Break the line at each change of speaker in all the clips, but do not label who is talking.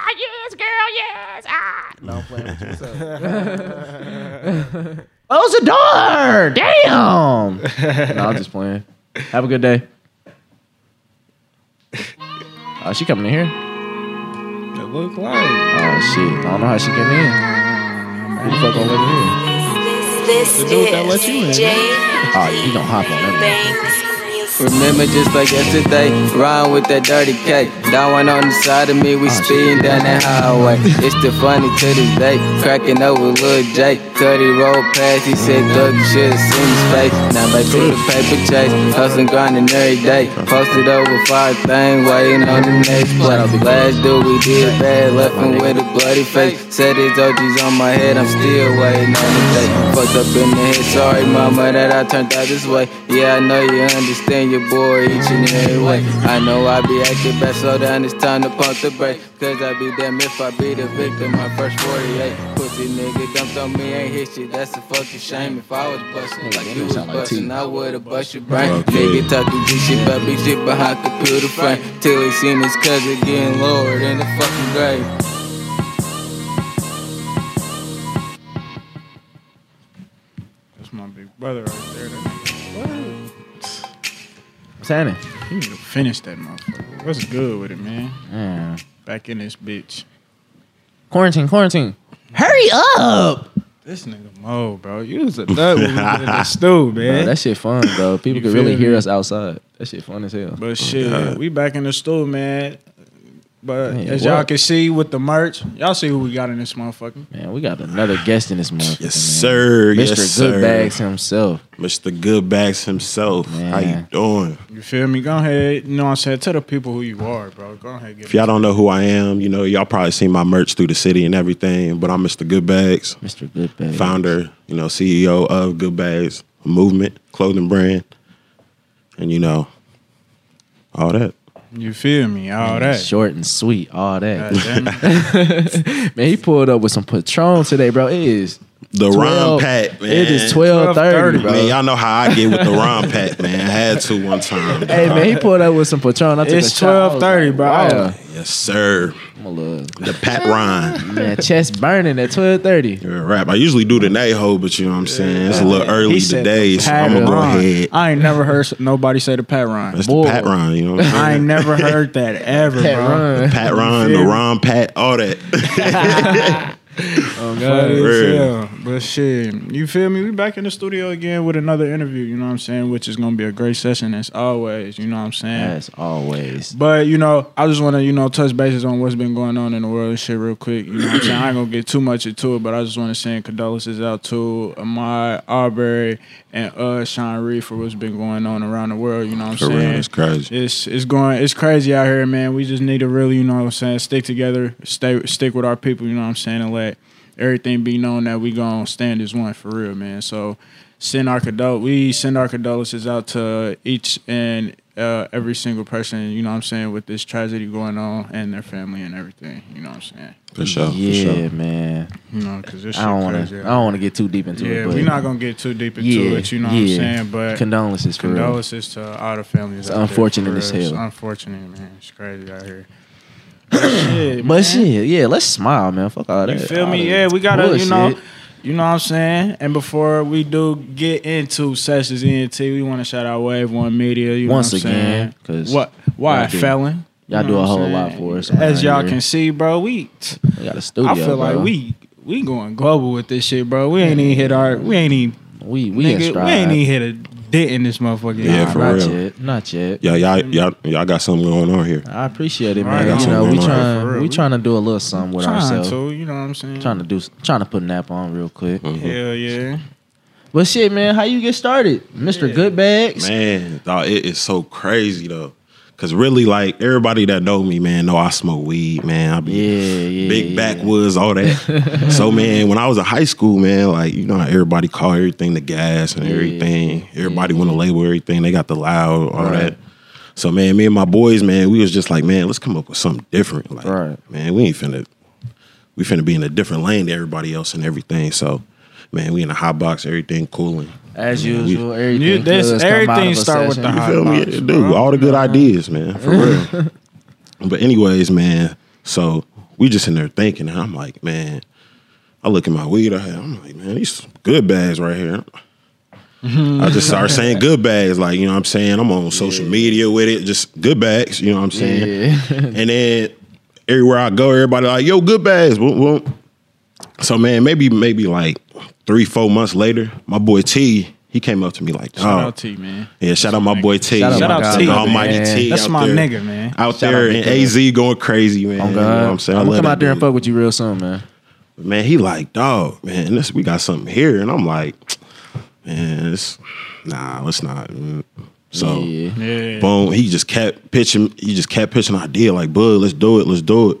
Ah, yes, girl, yes. Ah. No, I'm playing with you. What's up?
Close the Oh, door. Damn. no, I'm just playing. Have a good day. Oh, she coming in here?
It look like
Oh shit. I don't know how she getting in. Who the fuck gonna let her in?
This
The dude that let
is
you in.
Jay
Oh, you gonna hop on that.
Banks Music.
Remember just like yesterday, riding with that dirty cake. That one on the side of me, we speeding down that highway. It's still funny to this day, cracking up with Lil Jake. Cuddy rolled past, he said, Thug, you should've seen his face. Now back to the paper chase, hustling, grinding every day. Posted over five things, waiting on the next play. Last dude, we did bad, left him with a bloody face. Said his OG's on my head, I'm still waiting on the day. Fucked up in the head, sorry, mama, that I turned out this way. Yeah, I know you understand your boy each and every way. I know I be acting bad, slow down, it's time to pump the brake. Cause I be damn if I be the victim, my first 48. Pussy nigga dumped on me, ain't hit shit, that's a fucking shame. If I was bustin' like you was bustin', I would've bust your brain. Nigga talking G shit about big shit behind computer frame. Till he seen his cousin getting lowered in the fucking grave.
that's my big brother right there. That nigga- What?
What's happening?
He need to finish that motherfucker. What's good with it, man?
Yeah.
Back in this bitch.
Quarantine, quarantine. Hurry up.
This nigga Mo, bro. You was a thug when we was in the stew,
Bro,
man.
that shit fun, though. People
You
could
feel
really hear
me?
us outside. That shit fun as hell.
But shit, we back in the store, man. But
Man,
as y'all
what?
can see with the merch, y'all see who we got in this motherfucker.
Man, we got another guest in this motherfucker.
Yes,
man.
sir.
Mr.
Yes, sir.
Goodbags himself.
Mr. Goodbags himself. How you
Man.
doing?
You feel me? Go ahead. You know what I'm saying? Tell the people who you are, bro. Go ahead. Give
If y'all don't know who I am, you know, y'all probably seen my merch through the city and everything, but I'm Mr. Goodbags,
Mr. Goodbags.
founder, you know, CEO of Goodbags Movement, clothing brand, and you know, all that.
You feel me? All that.
Short and sweet, all
God
that.
damn it.
man, he pulled up with some Patron today, bro. It is
The
12
Ron Pat, man.
It is twelve thirty,
12:30,
bro.
Man, y'all know how I get with the Ron Pat, man. I had to one time.
Hey man, he pulled up with some Patron. I took
It's
a shot. I was
12:30, bro. I
wow.
was-
Yes, sir.
I'm a little
The Pat Ron.
man, chest burning at twelve thirty.
You're a rap. I usually do the night ho, but you know what I'm saying? It's a little early
He said
today,
the
so I'm going to go
Pat Ron.
ahead.
I ain't never heard s- nobody say the Pat Ryan.
That's the Pat Ron, you know what I'm saying?
I ain't never heard that ever,
Pat
bro.
Run.
Pat Ron, the Ron Pat, all that.
But, it's-
Word.
yeah, but shit, you feel me? We back in the studio again with another interview, you know what I'm saying? Which is gonna be a great session as always, you know what I'm saying?
As always.
But you know, I just want to you know touch bases on what's been going on in the world and shit real quick. You know, what I'm saying I ain't gonna get too much into it, but I just want to send condolences out to Amar Arbery and uh Sean Reed for what's been going on around the world. You know, what I'm
For real,
saying
it's crazy.
It's it's going it's crazy out here, man. We just need to really you know what I'm saying stick together, stay stick with our people. You know what I'm saying, and let everything be known that we gonna stand as one for real, man. So send our condol we send our condolences out to each and uh, every single person, you know what I'm saying, with this tragedy going on and their family and everything, you know what I'm saying?
For sure.
yeah,
For sure.
man.
You know, because this shit
I don't wanna
crazy.
I don't wanna get too deep into
yeah,
it. But
we're not gonna get too deep into
yeah,
it, you know
yeah.
what I'm saying? But
condolences for real.
Condolences to all the families.
It's
out there,
unfortunate
for
as
real. It's
hell.
unfortunate, man. It's crazy out here. But shit,
But
man,
shit, yeah, let's smile, man. Fuck all that.
you feel
all
me?
that
Yeah, we gotta, you know,
bullshit.
you know what I'm saying. And before we do get into sessions ENT, we want to shout out Wave One Media. You
Once
know what I'm
again,
saying?
'cause
what? Why
y'all do-
felon?
y'all
You
do
know
a
what I'm
whole lot
saying?
for us
As
around
y'all
here.
can see, bro, we
We got a studio.
I feel like
bro.
we we going global with this shit, bro. We ain't even hit our we ain't even
we we in
nigga, we
stride.
ain't even hit a dent in this motherfucker.
Yeah,
Nah,
for
not
real.
Yet, not yet.
Y'all, y'all, y'all, y'all got something going on here.
I appreciate it,
Right,
man.
that's
you know,
what
we
we like.
For
trying
real,
we
we-
trying to do a little something with
trying
ourselves.
to, you know what I'm saying?
Trying to do trying to put an app on real quick.
Mm-hmm.
Hell yeah.
But shit, man, how you get started, Mister Goodbags?
Man, dawg, it is so crazy though. Cause really, like everybody that know me, man, know I smoke weed, man. I be
Yeah, yeah,
big
yeah.
backwoods, all that. so man, when I was in high school, man, like you know, how everybody call everything the gas and everything. Everybody want to label everything. They got the loud, all
Right.
that. So man, me and my boys, man, we was just like, man, let's come up with something different. Like,
Right.
man, we ain't finna, we finna be in a different lane to everybody else and everything. So, man, we in a hot box, everything cooling.
As
Man, we-
usual, everything.
You- this-
does come out of
everything
a
start with the
session.
You
hot
feel me?
box,
Dude,
bro.
all the good ideas, man, for real. but anyways, man, so we just in there thinking. And I'm like, man, I look at my weed I had. I'm like, man, these some good bags right here. I just start saying good bags, like you know what I'm saying. I'm on social media with it, just good bags, you know what I'm saying. and then everywhere I go, everybody like, yo, good bags. Whoop, whoop. So man, maybe maybe like three, four months later, my boy T, he came up to me like,
Shout
"Dawg."
out to you, man.
Yeah, shout out my boy T.
Shout out
Shout my out guy, T, man.
Almighty T.
That's
out
my
there-
nigga, man.
Out
Shout
there
out
in
to
AZ going crazy, man.
Oh
You know what
God,
I'm saying? I
I'm
love
gonna come
that
out there and
dude.
fuck with you real soon, man.
Man, he like, dog, man, this, we got something here. And I'm like, man, it's, nah, let's not. mm." So,
yeah.
Yeah.
boom, he just kept pitching, he just kept pitching idea like, bud, let's do it, let's do it.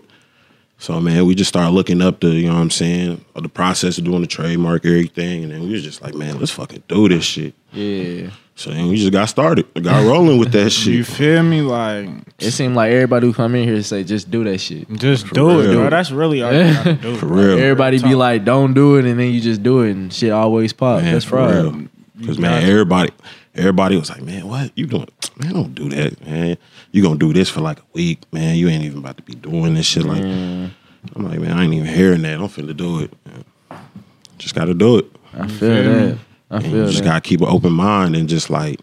So, man, we just started looking up the, you know what I'm saying, the process of doing the trademark, everything. And then we was just like, man, let's fucking do this shit.
yeah.
So then we just got started, got rolling with that
You
shit.
feel me? Like,
It seemed like everybody who come in here say just do that shit.
just do
real.
it, bro. That's really all you gotta do.
For
bro.
real.
Everybody be like, don't do it, and then you just do it, and shit always pop.
Man,
That's
for
fraud.
real. Because man, everybody, everybody was like, "Man, what you doing? Man, don't do that, man. You gonna do this for like a week, man. You ain't even about to be doing this shit." Like, I'm like, man, I ain't even hearing that. I'm finna do it. man. Just gotta do it.
I feel that. I
And you
feel
just
that.
gotta keep an open mind and just like,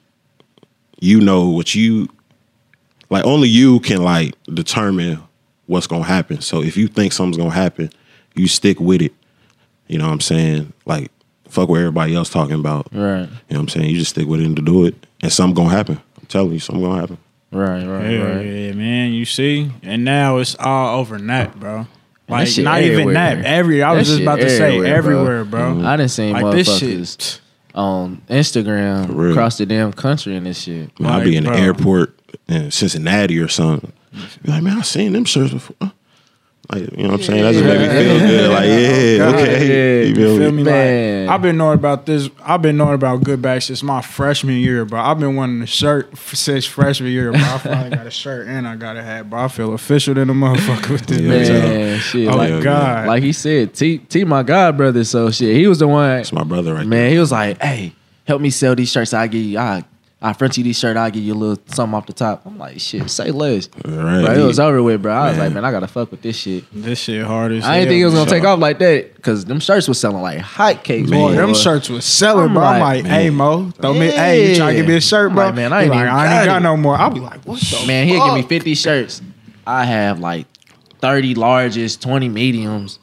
you know what you, like only you can like determine what's gonna happen. So if you think something's gonna happen, you stick with it. You know what I'm saying? Like, fuck what everybody else talking about.
right,
You know what I'm saying? You just stick with it and to do it. And something gonna happen. I'm telling you, something gonna happen.
right, right,
Yeah,
right.
yeah, man. You see, and now it's all over Nat, bro. Like
shit
not even
everywhere,
Nat.
bro.
Every I
That
was just
shit
about to say
everywhere,
everywhere,
bro.
bro.
Mm-hmm.
I done seen
Like this
motherfuckers
shit.
on Instagram
real.
across the damn country and this shit.
Man, I'll
Like,
be in
bro.
the airport in Cincinnati or something. Be like, man, I seen them shirts before. Like, you know what I'm saying? That's what make me feel good. Like, yeah,
Oh, God,
okay.
yeah.
You feel
You
me?
feel me?
Man.
Like, I've been knowing about this. I've been knowing about good bags since my freshman year, bro. I've been wanting a shirt f- since freshman year, bro. I finally got a shirt and I got a hat, bro. I feel official than a motherfucker with this
Yeah.
bitch.
Man, shit,
Oh
like,
yeah.
my god,
like he said, T, T, my god brother. So shit, he was the one.
It's my brother right
Man, he was like, "Hey, help me sell these shirts. I give you, I, I front you these shirts. I will give you a little something off the top." I'm like, "Shit, say less."
there. Right.
Bro, it was over with, bro. I was
Man.
like, "Man, I gotta fuck with this shit."
this shit hard as
I didn't
hell,
think it was
bro.
gonna take off like that because them shirts was selling like hotcakes.
Man.
boy.
Boy, them
Boy.
shirts was selling,
I'm
bro. I'm
like,
like, hey, Mo, throw me,
Yeah.
hey, you trying to give me a shirt,
I'm
bro?
like, man, I
He
ain't
like,
even
I ain't
got it."
got no more. I'll be like, what the
Man, he'll give me 50 shirts. I have like 30 larges, 20 mediums.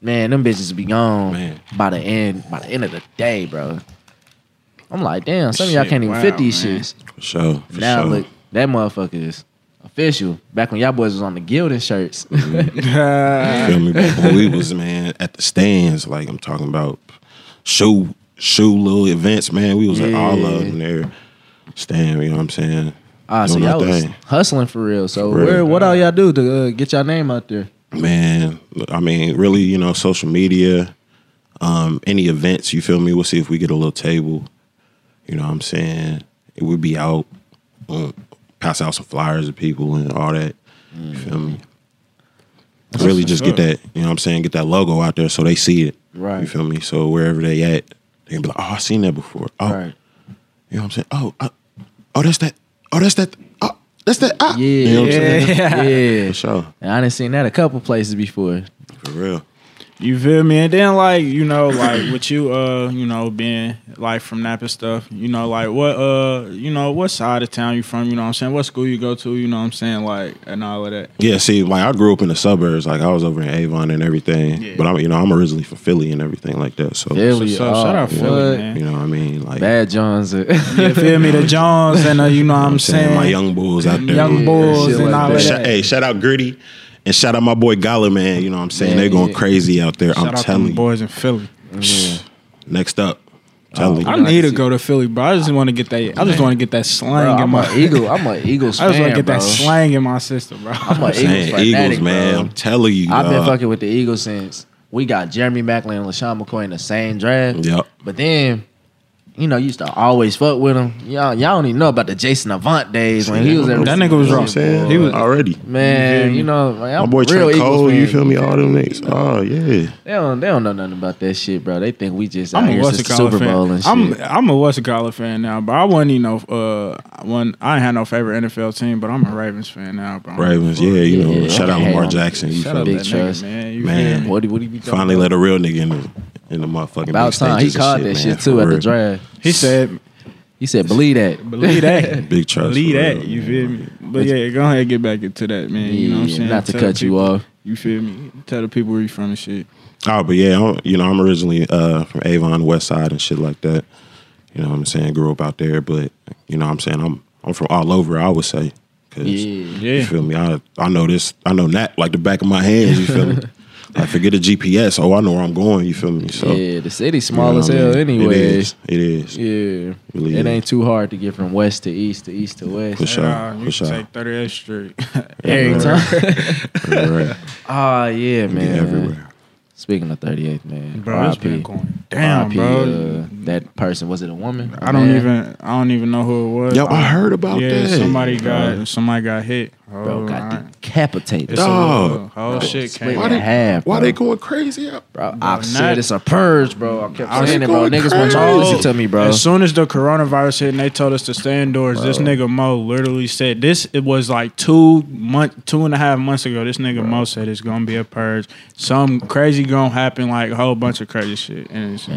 Man, them bitches be gone
Man.
by the end by the end of the day, bro. I'm like, damn, some of y'all
Shit,
can't even
wow,
fit these
man.
shits.
For sure. For
Now
sure.
look, that motherfucker is official. Back when y'all boys was on the guild and shirts.
Mm-hmm.
Uh,
feel me? Back when we was, man, at the stands, like I'm talking about shoe, shoe little events, man. We was at all of them there. Stand, you know what I'm saying?
Ah, so
Doing our
y'all was
thing.
hustling for real. So
For real.
where what all y'all do to uh, get y'all name out there?
Man, I mean, really, you know, social media, um, any events, you feel me? We'll see if we get a little table. You know what I'm saying? It would be out, um, pass out some flyers to people and all that. You
Mm.
feel me? really just get that, you know what I'm saying, get that logo out there so they see it.
Right.
You feel me? So wherever they at, they can be like, Oh, I seen that before. Oh
Right.
you know what I'm saying? Oh, uh, oh that's that oh that's that oh that's that ah.
Yeah.
You know what I'm saying?
yeah.
For sure.
And I done seen that a couple places before.
For real.
you feel me? And then like, you know, like with you uh, you know, being like from Napa stuff, you know, like what uh you know, what side of town you from, you know what I'm saying? What school you go to, you know what I'm saying, like and all of that.
Yeah, see, like I grew up in the suburbs, like I was over in Avon and everything.
Yeah.
But I'm, you know, I'm originally from Philly and everything like that. So,
Philly.
so- shout
oh,
out Philly,
what?
man.
you know, what I mean, like
Bad Johns. uh,
You feel me? The Jones and uh, you know what I'm saying?
my young bulls out there,
Young
Yeah.
Bulls
shit
and
like
all
that.
of
Shout,
that.
hey, shout out Gritty, and shout out my boy Gala, man. You know, what I'm saying
Man,
they're going
yeah.
crazy out there.
Shout
I'm
out to
telling
them
you.
boys in Philly.
Mm-hmm.
Next up,
Oh,
telling
I
you.
need to go to Philly, bro. I just want to get that. I just want to get that
bro,
slang in
I'm
my.
an Eagle. I'm an Eagles
I
fan,
just want to get
bro.
that slang in my system, bro.
I'm an Eagles
Saying
fanatic,
Eagles, man.
bro.
I'm telling you.
I've been
dog.
fucking with the Eagles since we got Jeremy Macklin and LaShawn McCoy in the same draft.
Yep.
But then you know, used to always fuck with him. Y'all, y'all don't even know about the Jason Avant days when he was at
That nigga was
You know what I'm
wrong.
saying?
He was-
already.
Man, you know, like,
My
I'm
boy
real
Trent
Eagles
Cole,
fan.
you feel me? All them niggas. Oh yeah.
They don't, they don't know nothing about that shit, bro. They think we just out
I'm a
here
West
since the Super
College
Bowl
fan.
and shit.
I'm I'm a West College fan now, but I wasn't even no uh one. I ain't had no favorite NFL team, but I'm a Ravens fan now, bro.
Ravens. Yeah, you know.
Yeah,
shout out
okay.
Lamar Jackson. You
Shut
feel
up,
me?
Big
that
trust.
nigga, man. You
Man.
feel me?
what do what do you be talking
Finally
about?
let a real nigga in the in the motherfucking.
About
big
time he
stages and
called that
man,
shit too
for
at the
real.
draft.
He said,
He said, "Believe that."
"Believe that."
Big trust.
Believe
for
that,
real,
you
man.
feel me? But yeah, go ahead and get back into that, man. you know what I'm
Yeah,
saying?
not to
Tell
cut
the
you
people-
off.
You feel me? Tell the people where you from and shit.
Oh, but yeah, I'm, you know, I'm originally uh, from Avon, West Side, and shit like that. You know what I'm saying? Grew up out there, but you know what I'm saying? I'm I'm from all over, I would say. 'Cause,
Yeah.
You
Yeah.
feel me? I, I know this, I know that like the back of my hands, you feel me? I forget the GPS. Oh, I know where I'm going, you feel me? So, you
Yeah, the city's
know
small
what
as
I
hell,
mean?
anyway.
It is. It is.
Yeah,
Really
it
is.
ain't too hard to get from west to east to east to west.
For sure.
Uh, you
for
should
sure.
take 38th Street.
Every time.
Right, right.
Ah, yeah,
You
man.
everywhere.
Speaking of 38th, man.
bro, it's
RIP.
been going down,
RIP,
bro.
uh, that person was it a woman?
I don't
Man,
even I don't even know who it was.
Yo, I heard about
yeah,
that.
somebody got somebody got hit. Oh,
Bro,
all
got
right.
decapitated.
It's a
Dog.
little- whole shit came.
Why
Why
out.
they,
they- half,
why
bro.
they going crazy? out-
Bro, I said
not-
it's a purge, bro. I kept
I was
saying it, bro.
going
Niggas want y'all to
crazy.
listen to me, bro.
As soon as the coronavirus hit and they told us to stay indoors, this nigga Mo literally said this. It was like two month, two and a half months ago. This nigga Mo said it's gonna be a purge. Some crazy gonna happen, like a whole bunch of crazy shit, and it's,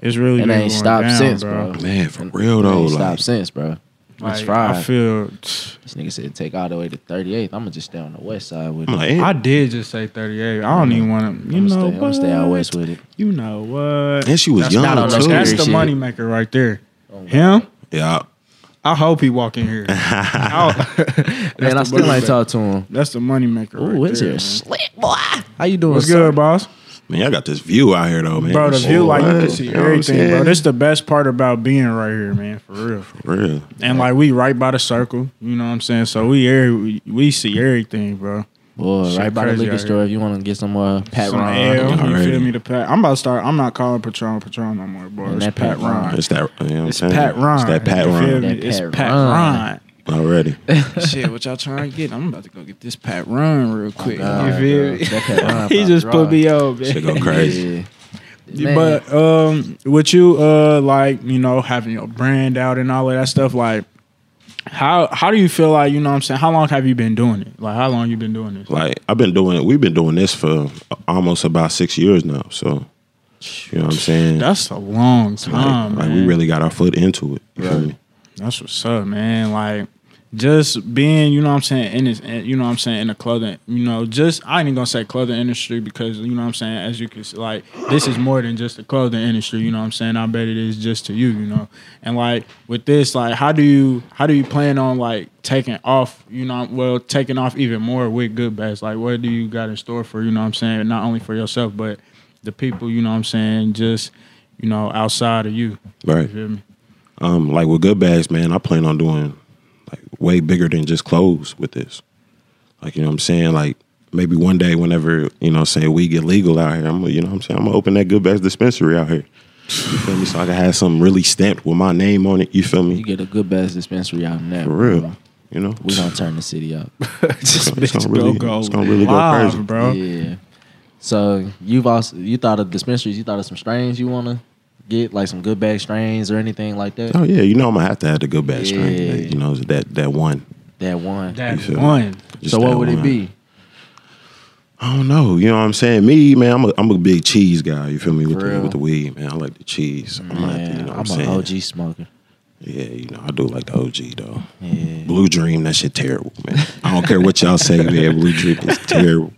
it's really
It
been
ain't
going
stopped
down,
since, bro.
Man, for real
It
though.
ain't
Like,
stopped since, bro. That's
Like, I
right.
feel.
This nigga said take all the way to 38th. I'm gonna just stay on the west side with
I'm
it.
like, eh,
I did just say thirty eight. I don't even want to. You
I'm
know
gonna stay,
what?
I'm stay out west with it.
You know what?
and she was
That's
young
not on no
too.
That's
Weird
the
shit.
moneymaker right there.
Oh,
Him.
yeah,
I hope he walk in here. I- That's
Man, I
the
still ain't
moneymaker.
talk to him.
That's the moneymaker.
Ooh,
right
it's
there,
here.
man.
Slick boy. How you doing?
What's
sir?
good, boss?
man, I got this view out here though, man.
Bro, the
This
view,
shit,
like, you can
what?
see
You know what I'm
everything, bro.
saying?
This the best part about being right here, man, for real.
For real.
And, like, we right by the circle, you know what I'm saying? So we every, we, we see everything, bro.
Boy,
Shit
right by the
crazy
liquor
out
store if you want to get some uh, Pat
Some
Ron.
L, you
Alrighty.
feel me? The Pat. I'm about to start. I'm not calling Patron Patron no more, bro.
Man,
It's
that
Pat
Pat Ron.
Ron.
It's that. You know what I'm
It's
saying?
Pat Ron.
It's that Pat
You feel
Ron
me?
That
It's
Pat
Pat
Ron.
Ron.
already.
Shit, what y'all trying to get? I'm about to go get this Pat Ron real quick.
God, bro.
you
That
feel
Pat
me?
Ron
he
about
just
to
put
rock.
me on, man.
Shit go crazy.
Yeah. Man,
But um, with you uh, like you know having your brand out and all of that stuff, like how how do you feel like you know what I'm saying? How long have you been doing it? Like how long you been doing this?
Like I've been doing. We've been doing this for almost about six years now. So you know what I'm saying.
That's a long
like,
time.
like, we
man.
really got our foot into it. You feel me?
That's what's up, man. Like just being, you know what I'm saying, in this in- you know what I'm saying, in the clothing, you know, just I ain't even gonna say clothing industry because you know what I'm saying, as you can see, like this is more than just the clothing industry, you know what I'm saying? I bet it is just to you, you know. And like with this, like how do you how do you plan on like taking off, you know, well, taking off even more with good bags? Like what do you got in store for, you know what I'm saying, not only for yourself, but the people, you know what I'm saying, just, you know, outside of you. You
Right.
feel me?
Um, like with good bags, man. I plan on doing like way bigger than just clothes with this. Like you know what I'm saying. Like maybe one day, whenever you know, what I'm saying we get legal out here, I'm you know what I'm saying I'm gonna open that good bags dispensary out here. You feel me? So I can have something really stamped with my name on it. You feel me?
you get a good bass dispensary out in that.
For real. You know?
We gonna turn the city up.
It's gonna- it's
Bitch,
gonna really-
go
it's gonna really go
live,
crazy.
bro.
Yeah. So you've also you thought of dispensaries. You thought of some strains you wanna get, like some good bag strains or anything like that.
Oh yeah, you know I'm gonna have to have the good bad strength.
Yeah.
You know that that one.
That one.
That
You feel me?
one.
Just
so what
that
would it
one.
be?
I don't know. You know what I'm saying? Me, man, I'm a, I'm a big cheese guy. You feel me? With
For
the,
real.
with the weed, man. I like the cheese. I'm gonna have to, you
Man,
know what I'm,
I'm,
saying?
an OG smoker.
Yeah, you know, I do like the OG though.
Yeah.
Blue Dream, that shit terrible, man. I don't care what y'all say, man. Blue Dream is terrible.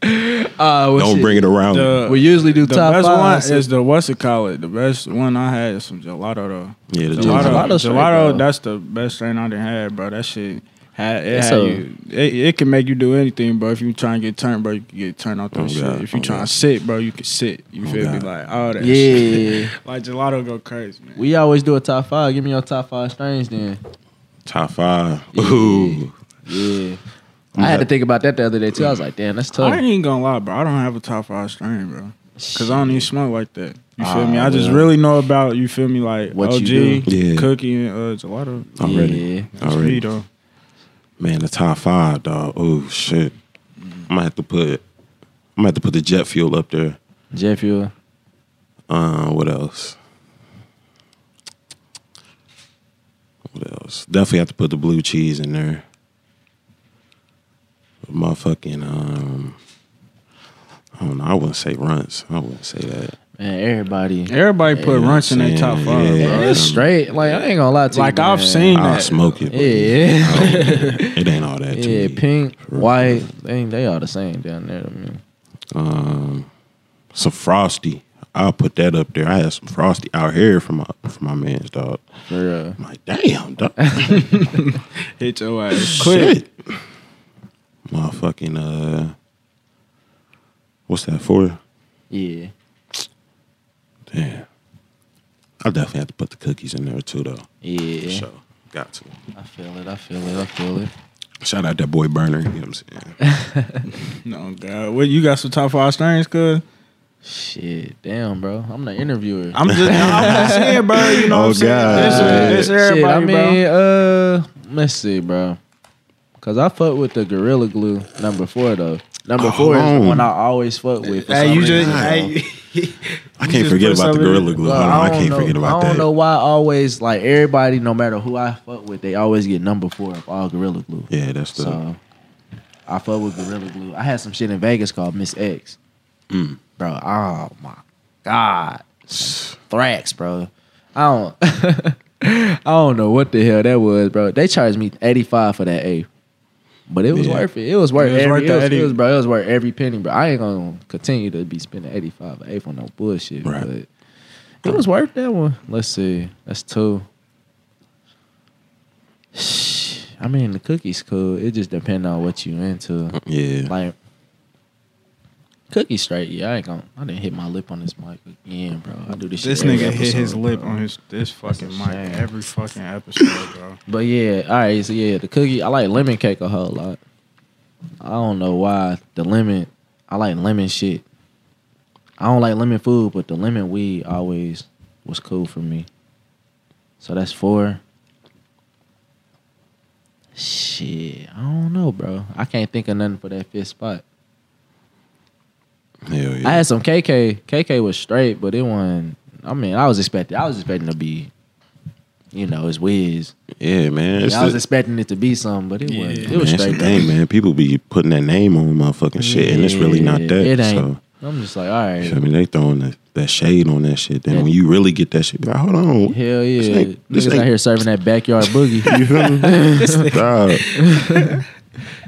Uh,
Don't bring it around.
The-
We usually do
The
top
best
five.
one
so-
is the what's it called? The best one I had is some gelato though.
yeah, the
Gelato,
gelato.
Gelato's straight,
gelato.
bro.
that's the best strain I done had, bro. That shit had it.
It's
Had
a-
you, it, it can make you do anything, bro. If you try and get turned, bro, you can get turned off that
Oh,
shit.
God.
If you
Oh,
try
God. Oh,
and sit, bro, you can sit. You feel me?
God.
Like all that. shit.
yeah.
Like gelato go crazy, man.
We always do a top five. Give me your top five strains then.
Top five. Ooh.
Yeah. I had to think about that the other day too. I was like, damn, that's
I
tough.
ain't even gonna lie, bro. I don't have a top five strain, bro. because I don't even smoke like that. You feel
Ah,
me? I just
well.
really know about you feel me like
What
OG,
you
do. Yeah.
Cookie, and uh, Gelato.
I'm ready.
Yeah.
That's
I'm ready.
me though.
Man, the top five, dog. Oh shit. I'm
Mm.
gonna have to put I'm gonna have to put the jet fuel up there.
Jet fuel.
Uh, what else? What else? Definitely have to put the blue cheese in there. Motherfucking um I don't know, I wouldn't say runts. I wouldn't say that.
Man, everybody.
Everybody put
Yeah,
runts in their
yeah,
top five.
yeah.
bro.
Man, it's straight. Like I ain't gonna lie to you.
Like I've
man.
seen
I'll
that.
smoke it. but
Yeah.
It ain't all that to
Yeah,
me.
pink,
For real.
white, they they all the same down there. I mean,
Um, some frosty. I'll put that up there. I had some frosty out here for my for my man's dog.
for uh,
I'm like, damn, dog.
Hit your ass.
Shit. Motherfucking uh what's that for?
yeah,
Damn. I definitely have to put the cookies in there too though.
yeah.
For sure. Got to.
I feel it. I feel it. I feel it.
Shout out that boy burner. You know what I'm saying?
No God, what you got some top five strains? Cause
Shit, damn, bro. I'm the interviewer.
I'm just, I'm just saying, bro. You know
Oh,
what I'm
God.
saying? This, this
Shit,
everybody,
I mean,
bro.
uh, let's see, bro. Cause I fuck with the Gorilla Glue number four though. Number
Oh,
four
hold
is
on.
the one I always fuck with. for
Hey,
some
you
reason.
just,
Nah.
hey,
I
You
can't
just
forget
put
about the
something in
gorilla
it.
glue.
Bro,
Hold on, I,
don't
can't
know-
forget about
I don't
that.
know why I always like everybody, no matter who I fuck with, they always get number four of all Gorilla Glue.
Yeah, that's the
So I fuck with Gorilla Glue. I had some shit in Vegas called Miss X.
Mm.
Bro, oh my God. Thrax, bro. I don't I don't know what the hell that was, bro. They charged me 85 for that A. But it was
Yeah.
worth it. It was worth
It was
every
worth the
it was- it
80.
was, bro. It was worth every penny, bro. I ain't gonna continue to be spending 85 A for no bullshit.
Right.
But it was worth that one. Let's see. That's two. I mean, the cookies cool. It just depends on what you into.
Yeah.
Like cookie straight. Yeah, I ain't gonna. I didn't hit my lip on this mic again, bro. I do this.
this
shit every
nigga hit
episode,
his
bro.
lip on his this fucking mic
shame.
every fucking episode, bro.
But yeah, all right. So yeah, the cookie. I like lemon cake a whole lot. I don't know why the lemon. I like lemon shit. I don't like lemon food, but the lemon weed always was cool for me. So that's four. Shit, I don't know, bro. I can't think of nothing for that fifth spot.
Hell yeah.
I had some KK. KK was straight, but it wasn't. I mean, I was expecting. I was expecting to be, you know, it's whiz.
yeah, man. It's
I was
the-
expecting it to be something, but it wasn't. It was
man, it's
straight.
the thing, man. People be putting that name on motherfucking shit, and it's really not
Yeah,
that.
It
So.
ain't. I'm just like, all right,
You feel me? They throwing that, that shade on that shit. Then
Yeah.
when you really get that shit, be like, hold on.
hell
This
yeah,
ain't- this
niggas out
ain't-
here serving that backyard boogie.
You feel me? Dog.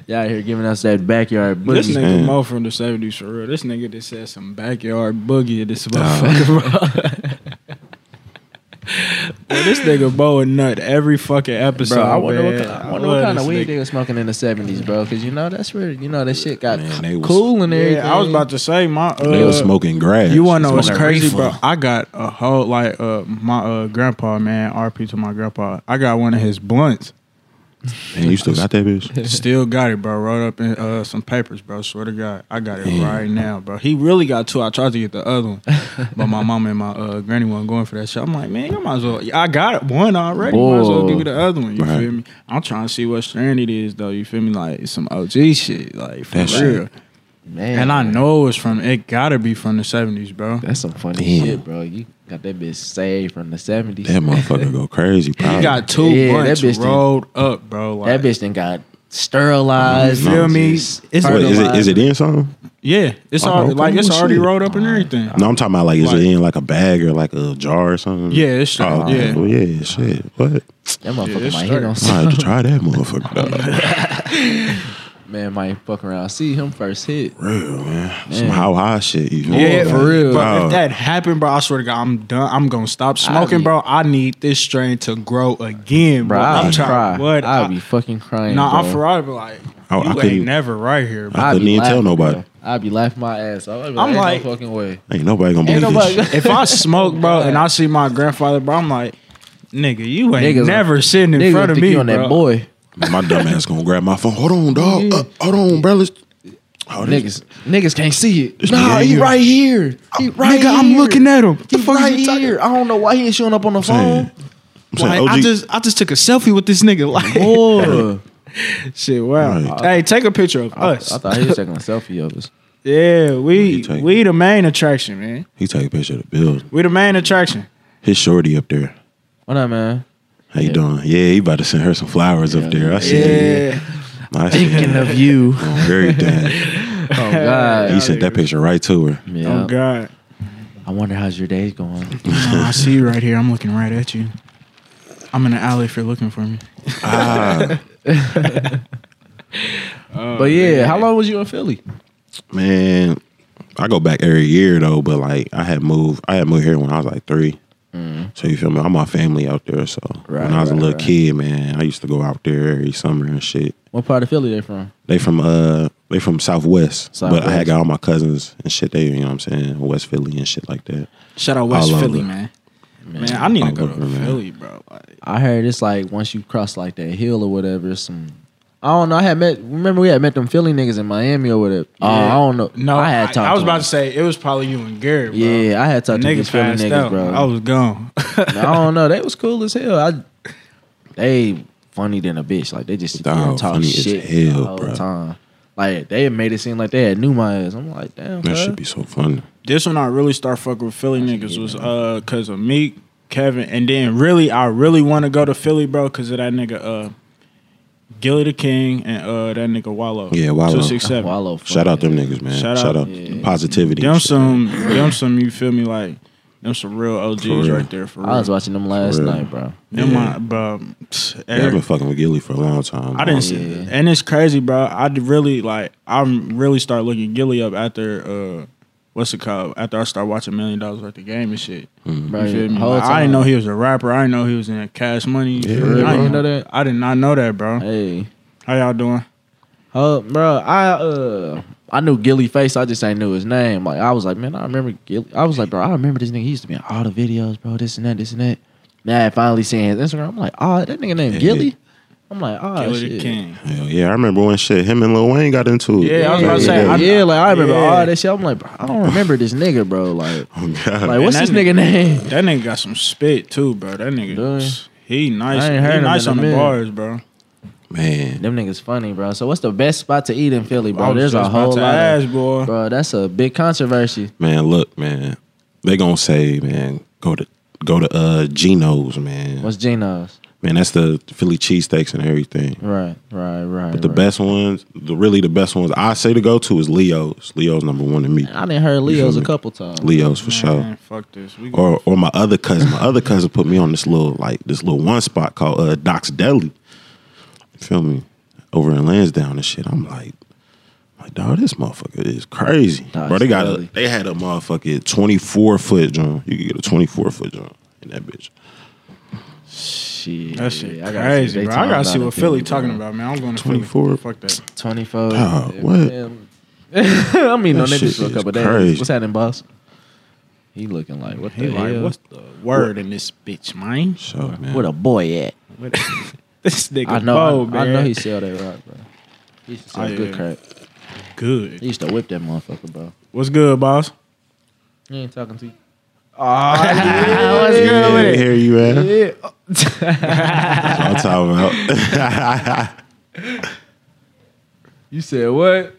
Y'all out here giving us that backyard boogie.
This nigga
Man.
Mo from the 70s for real. This nigga just said some backyard boogie at this motherfucker, bro. Boy, this nigga Mo a nut every fucking episode.
Bro, I wonder, what,
man.
kind- I
I
wonder what
love
kind of
this
weed
nigga.
they were smoking in the '70s, bro. Because you know that's where you know that shit got
Man, they was-
cool and everything.
Yeah, I was about to say my. Uh,
They was smoking grass.
You wanna know what's
Smoking
crazy,
reefer.
bro? I got a whole like uh my uh grandpa man. RP to my grandpa. I got one of his blunts.
Man, you still got that bitch?
Still got it, bro. Wrote up in uh, some papers, bro. Swear to God, I got it right now, bro. He really got two. I tried to get the other one, but my mom and my uh, granny weren't going for that shit. I'm like, man, you might as well. I got one already. Might as well
Boy.
give me the other one. You
Right.
feel me? I'm trying to see what strand it is, though. You feel me? Like it's some OG shit, like for
That shit.
real.
man,
And I know it's from. It gotta be from the '70s, bro.
that's some funny
Damn.
shit, bro. You got that bitch saved from the '70s.
That motherfucker go crazy. Probably.
He got two
Yeah, that
blunts
bitch did-
rolled up, bro.
That
Like,
bitch then got sterilized.
You feel
and
me?
just
It's-
Wait, is it is it
fertilized.
in something?
Yeah, it's
Oh,
all
okay,
like it's
well,
already
shit.
rolled up and everything.
No, I'm talking about like, is
Like-
it in like a bag or like a jar or something?
Yeah, it's straight.
Oh,
Yeah.
well, yeah, shit. What?
That motherfucker
it's
might
straight.
hit on
I had
something.
to try that motherfucker. Dog.
Man might fuck around. See him first hit.
Real man. Some how high shit. You feel
Yeah,
me?
for real. But
Dog.
if that happened, bro, I swear to God, I'm done. I'm gonna stop smoking,
need-
bro. I need this strain to grow again, bro.
Bro, I'll
I'm
be
trying.
cry.
What?
I'll
I-
be fucking crying.
Nah, I'm
bro.
for real. I'd be like,
I- Oh, I
you ain't
couldn't-
never right here, bro.
I-
I'll be
couldn't even tell
laughing,
nobody.
bro. I'll be laughing my ass off. I'm
I'm
like,
like-
no fucking way.
ain't nobody gonna believe
nobody-
this. shit.
if I smoke, bro, and I see my grandfather, bro, I'm like, nigga, you ain't
Niggas-
never sitting in
Nigga,
front of
think
me,
you on
bro.
that boy.
My dumb ass gonna grab my phone. Hold on, dog. Uh, hold on, bro. Let's- Oh, this-
Niggas, niggas can't see it. Nah,
nigga
he
here.
right here. He right
Nigga, I'm
here.
looking at him. What the
He
fuck is
right
you talking-
here. I don't know why he ain't showing up on the
saying.
phone.
I'm saying,
Like,
OG,
I just I just took a selfie with this nigga. Like
Boy, Uh,
shit, wow.
Right.
Hey, take a picture of
I, I
us.
thought he was taking a selfie of us.
yeah, we
You take-
we the main attraction, man.
he take a picture of the building.
We the main attraction.
His shorty up there.
What up, man?
How you doing? Yeah, he about to send her some flowers up there. I see. it.
Yeah.
I see. it.
of you.
On Very damn.
Oh God.
He sent that picture right to her.
Yeah.
Oh God.
I wonder how's your day going.
No, I see you right here. I'm looking right at you. I'm in the alley if you're looking for me.
Ah,
Oh,
but yeah, how long was you in Philly?
man. I go back every year though, but like I had moved. I had moved here when I was like three. So you feel me? All my family out there. So
Mm-hmm. Right,
when I was a
right,
little
right.
kid, man, I used to go out there every summer and shit.
What part of Philly they from?
They from uh they from Southwest, but I
Southwest.
had got all my cousins and shit. They you know what I'm saying West Philly and shit like that.
Shout out West
All
Philly,
over.
man. man. I need to
all
go to
over, man.
Philly, bro. Like,
I heard it's like once you cross like that hill or whatever, it's some. I don't know. I had met. Remember we had met them Philly niggas in Miami or whatever. Oh, I don't know.
No,
I had talked.
I, was
to
about
them.
to say it was probably you and Gary, bro.
Yeah, I had talked to
nigga
these Philly
passed
niggas,
out.
bro.
I was gone.
I don't know. They was cool as hell. I they funny than a bitch. Like they just sit there and
Dog,
talk
funny as
shit
hell,
the whole
bro.
time. Like they made it seem like they had knew my ass. I'm like, damn,
That
cuz.
should be so fun.
this one I really start fucking with Philly niggas was uh cause of Meek, Kevin, and then really I really want to go to Philly, bro, cause of that nigga uh Gilly the King and uh that nigga Wallow.
Yeah, Wallow.
Two six seven.
Wallow funny.
Shout out them niggas, man.
Shout
Shout,
out-
out
Yeah.
positivity.
Them
and shit, man.
some, them some. You feel me? Like them some real OGs
For real.
right there. For real.
I was watching them last
real.
night, bro.
Them
Yeah.
my, bro. pfft,
Yeah, I've
every-
been fucking with Gilly for a long time.
I didn't see,
Yeah.
and it's crazy, bro. I d- really like. I'm really start looking Gilly up after uh, what's it called? After I start watching Million Dollars Worth of Game and shit.
Mm.
Bro,
You feel me?
whole
Like, I didn't
time.
know he was a rapper. I didn't know he was in Cash Money.
Yeah,
For real,
bro.
I
You
didn't
know that?
I did not know that, bro.
Hey,
How y'all doing?
oh, bro, I uh, I knew Gilly Face. I just ain't knew his name. Like I was like, man, I remember Gilly. I was like, bro, I remember this nigga. He used to be in all the videos, bro. This and that, this and that. Now I finally seen his Instagram. I'm like, oh, that nigga named
Yeah.
Gilly. I'm like, oh,
Gilly
shit.
the King.
Hell yeah, I remember when shit him and Lil Wayne got into it.
Yeah, I was about to say,
yeah,
I-
yeah, like I remember
yeah.
all that shit. I'm like, bro, I don't remember this nigga, bro. Like,
Oh god.
like what's
that
this nigga name?
That nigga got some spit too, bro. That nigga,
Dude.
he nice.
I ain't
He
heard him
nice
in a
on the
minute.
bars, bro.
man.
Them niggas funny, bro. So what's the best spot to eat in Philly,
I
bro?
was
There's a
just about
whole
to
lot,
ask,
of,
boy.
bro. That's a big controversy.
Man, look, man. They gonna say, man, go to go to uh Geno's, man.
What's Gino's?
man, that's the Philly cheesesteaks and everything.
Right, right, right.
But the
right.
best ones, the really the best ones I say to go to is Leo's. Leo's number one to me.
I didn't heard
You feel
Leo's a
me?
couple times.
Leo's for sure.
Man, fuck this. We
or or my other cousin. My other cousin put me on this little like this little one spot called uh, Doc's Deli. Feel me? Over in Lansdowne and shit. I'm like, like dog, this motherfucker is crazy,
Doc's
bro. They got
Deli.
a they had a motherfucking 24 foot joint. You could get a 24 foot joint in that bitch.
Shit,
That shit
I gotta see
crazy,
what they
bro. I
talking
gotta see
about
what
in
Philly
bro.
talking about, man. I'm going to
24.
Philly. Fuck that.
Twenty four.
Dog, Oh, what?
I mean, on
That
that
shit
bitch for a
is
couple days.
crazy.
What's happening, boss? He looking like what
He
the
like,
hell?
what's the word in this bitch, man?
So man,
Where the boy at?
this nigga,
I know.
Bo,
I, I
man.
know he sell that rock, bro. He used to sell
Oh,
good
yeah.
crack. He
good.
used to whip that motherfucker, bro.
What's good, boss?
He ain't talking to you.
What's
yeah,
good
they
with it?
hear you at. That's what I'm talking about.
You said what?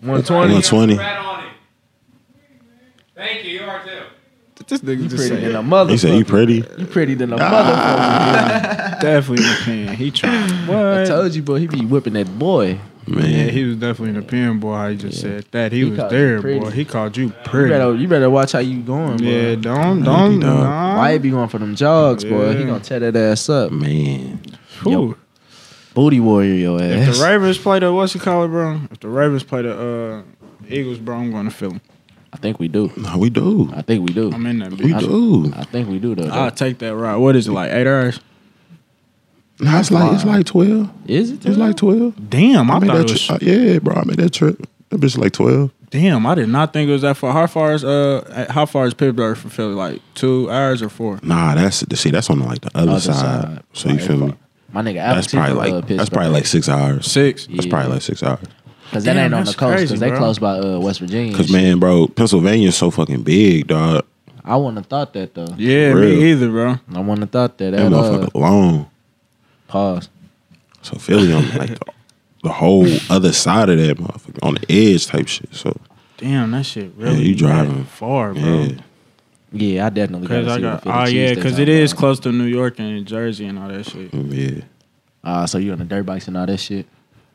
One twenty.
120.
Rat on it. Thank you. You are too.
This nigga just
Pretty
said,
than a motherfucker.
He said you pretty. Ah.
You pretty than a motherfucker.
definitely in the pen. He trying.
I
What?
told you, boy. He be whipping that boy.
yeah,
Man,
he was definitely in the pen, boy. How you just said that. He,
He
was
called
there,
you pretty.
boy. He called you
You
pretty.
better, you better watch how you going, bro.
yeah, don't, don't,
dog.
nah.
Why he be going for them jogs, boy? He
Yeah.
gonna tear that ass up.
man.
Whew.
Booty warrior, your
If
ass.
the Ravens play the what's it called, bro? If the Ravens play the uh, Eagles, bro, I'm going to Philly.
I think we do.
No, we do.
I think we do.
I'm in that bitch.
We do.
I think we do though.
I'll take that ride. What is it like? Eight hours?
Nah, it's like it's like twelve.
Is it?
It's like twelve.
Damn, I,
I made
thought
that
it was.
trip. uh, yeah, bro. I made that trip. That bitch like twelve.
damn, I did not think it was that far. How far is uh? How far is Pittsburgh from Philly? Like two hours or four?
Nah, that's see, that's on like the other,
Other
side.
side.
So you feel me?
My nigga,
uh,
That's probably like that's probably like six hours.
Six.
That's probably like six hours.
because that
Damn,
ain't on the
that's
coast
crazy,
because they
bro.
close by uh, West Virginia. and
Cause
shit.
man, bro, Pennsylvania's so fucking big, dog.
I wouldn't have thought that though.
Yeah,
Real.
me either, bro.
I wouldn't have thought that.
That
That uh,
motherfucker long.
pause.
So Philly on like the, the whole other side of that motherfucker on the edge type shit. So
Damn, that shit really.
you driving.
far, bro?
yeah,
Yeah, I definitely
Cause
gotta
I
see
got
what
oh
Philly
yeah,
cheesesteaks
cause
I'm
it is
buying.
close to New York and Jersey and all that shit.
yeah.
Ah, so you on the dirt bikes and all that shit.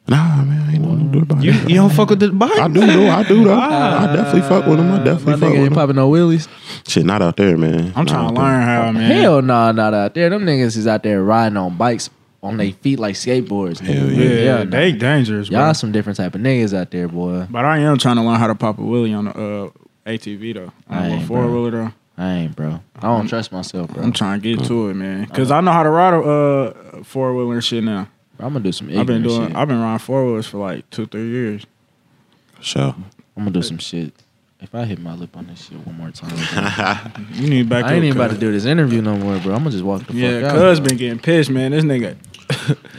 Nah, man, I ain't nothing to do about that.
don't fuck with the bike.
I do though. I do though. I definitely fuck with him. I
My
definitely fuck
nigga
with
ain't
him.
popping no wheelies.
Shit, not out there, man.
I'm
Not
trying
out
to
there.
learn how, Oh, man.
Hell nah, not out there. Them niggas is out there riding on bikes on their feet like skateboards.
Hell
nigga.
yeah,
Yeah,
nah.
they dangerous, bro.
Y'all some different type of niggas out there, boy.
But I am trying to learn how to pop a wheelie on the uh, ATV though.
I
On a
ain't,
four
bro.
wheeler though.
I ain't, bro. I don't trust myself, bro.
I'm
I'm,
trying to get to it, man. Uh, Cause I know how to ride a uh, four wheeler and shit now.
gonna do some.
I've been doing.
Shit.
I've been riding four wheelers for like two, three years.
Sure.
I'm gonna do some shit. If I hit my lip on this shit one more time, bro,
You need to back
I ain't
up,
even about
cuz.
to do this interview no more, bro. I'm gonna just walk the fuck
Yeah,
out.
cuz
bro.
been getting pissed, man. This nigga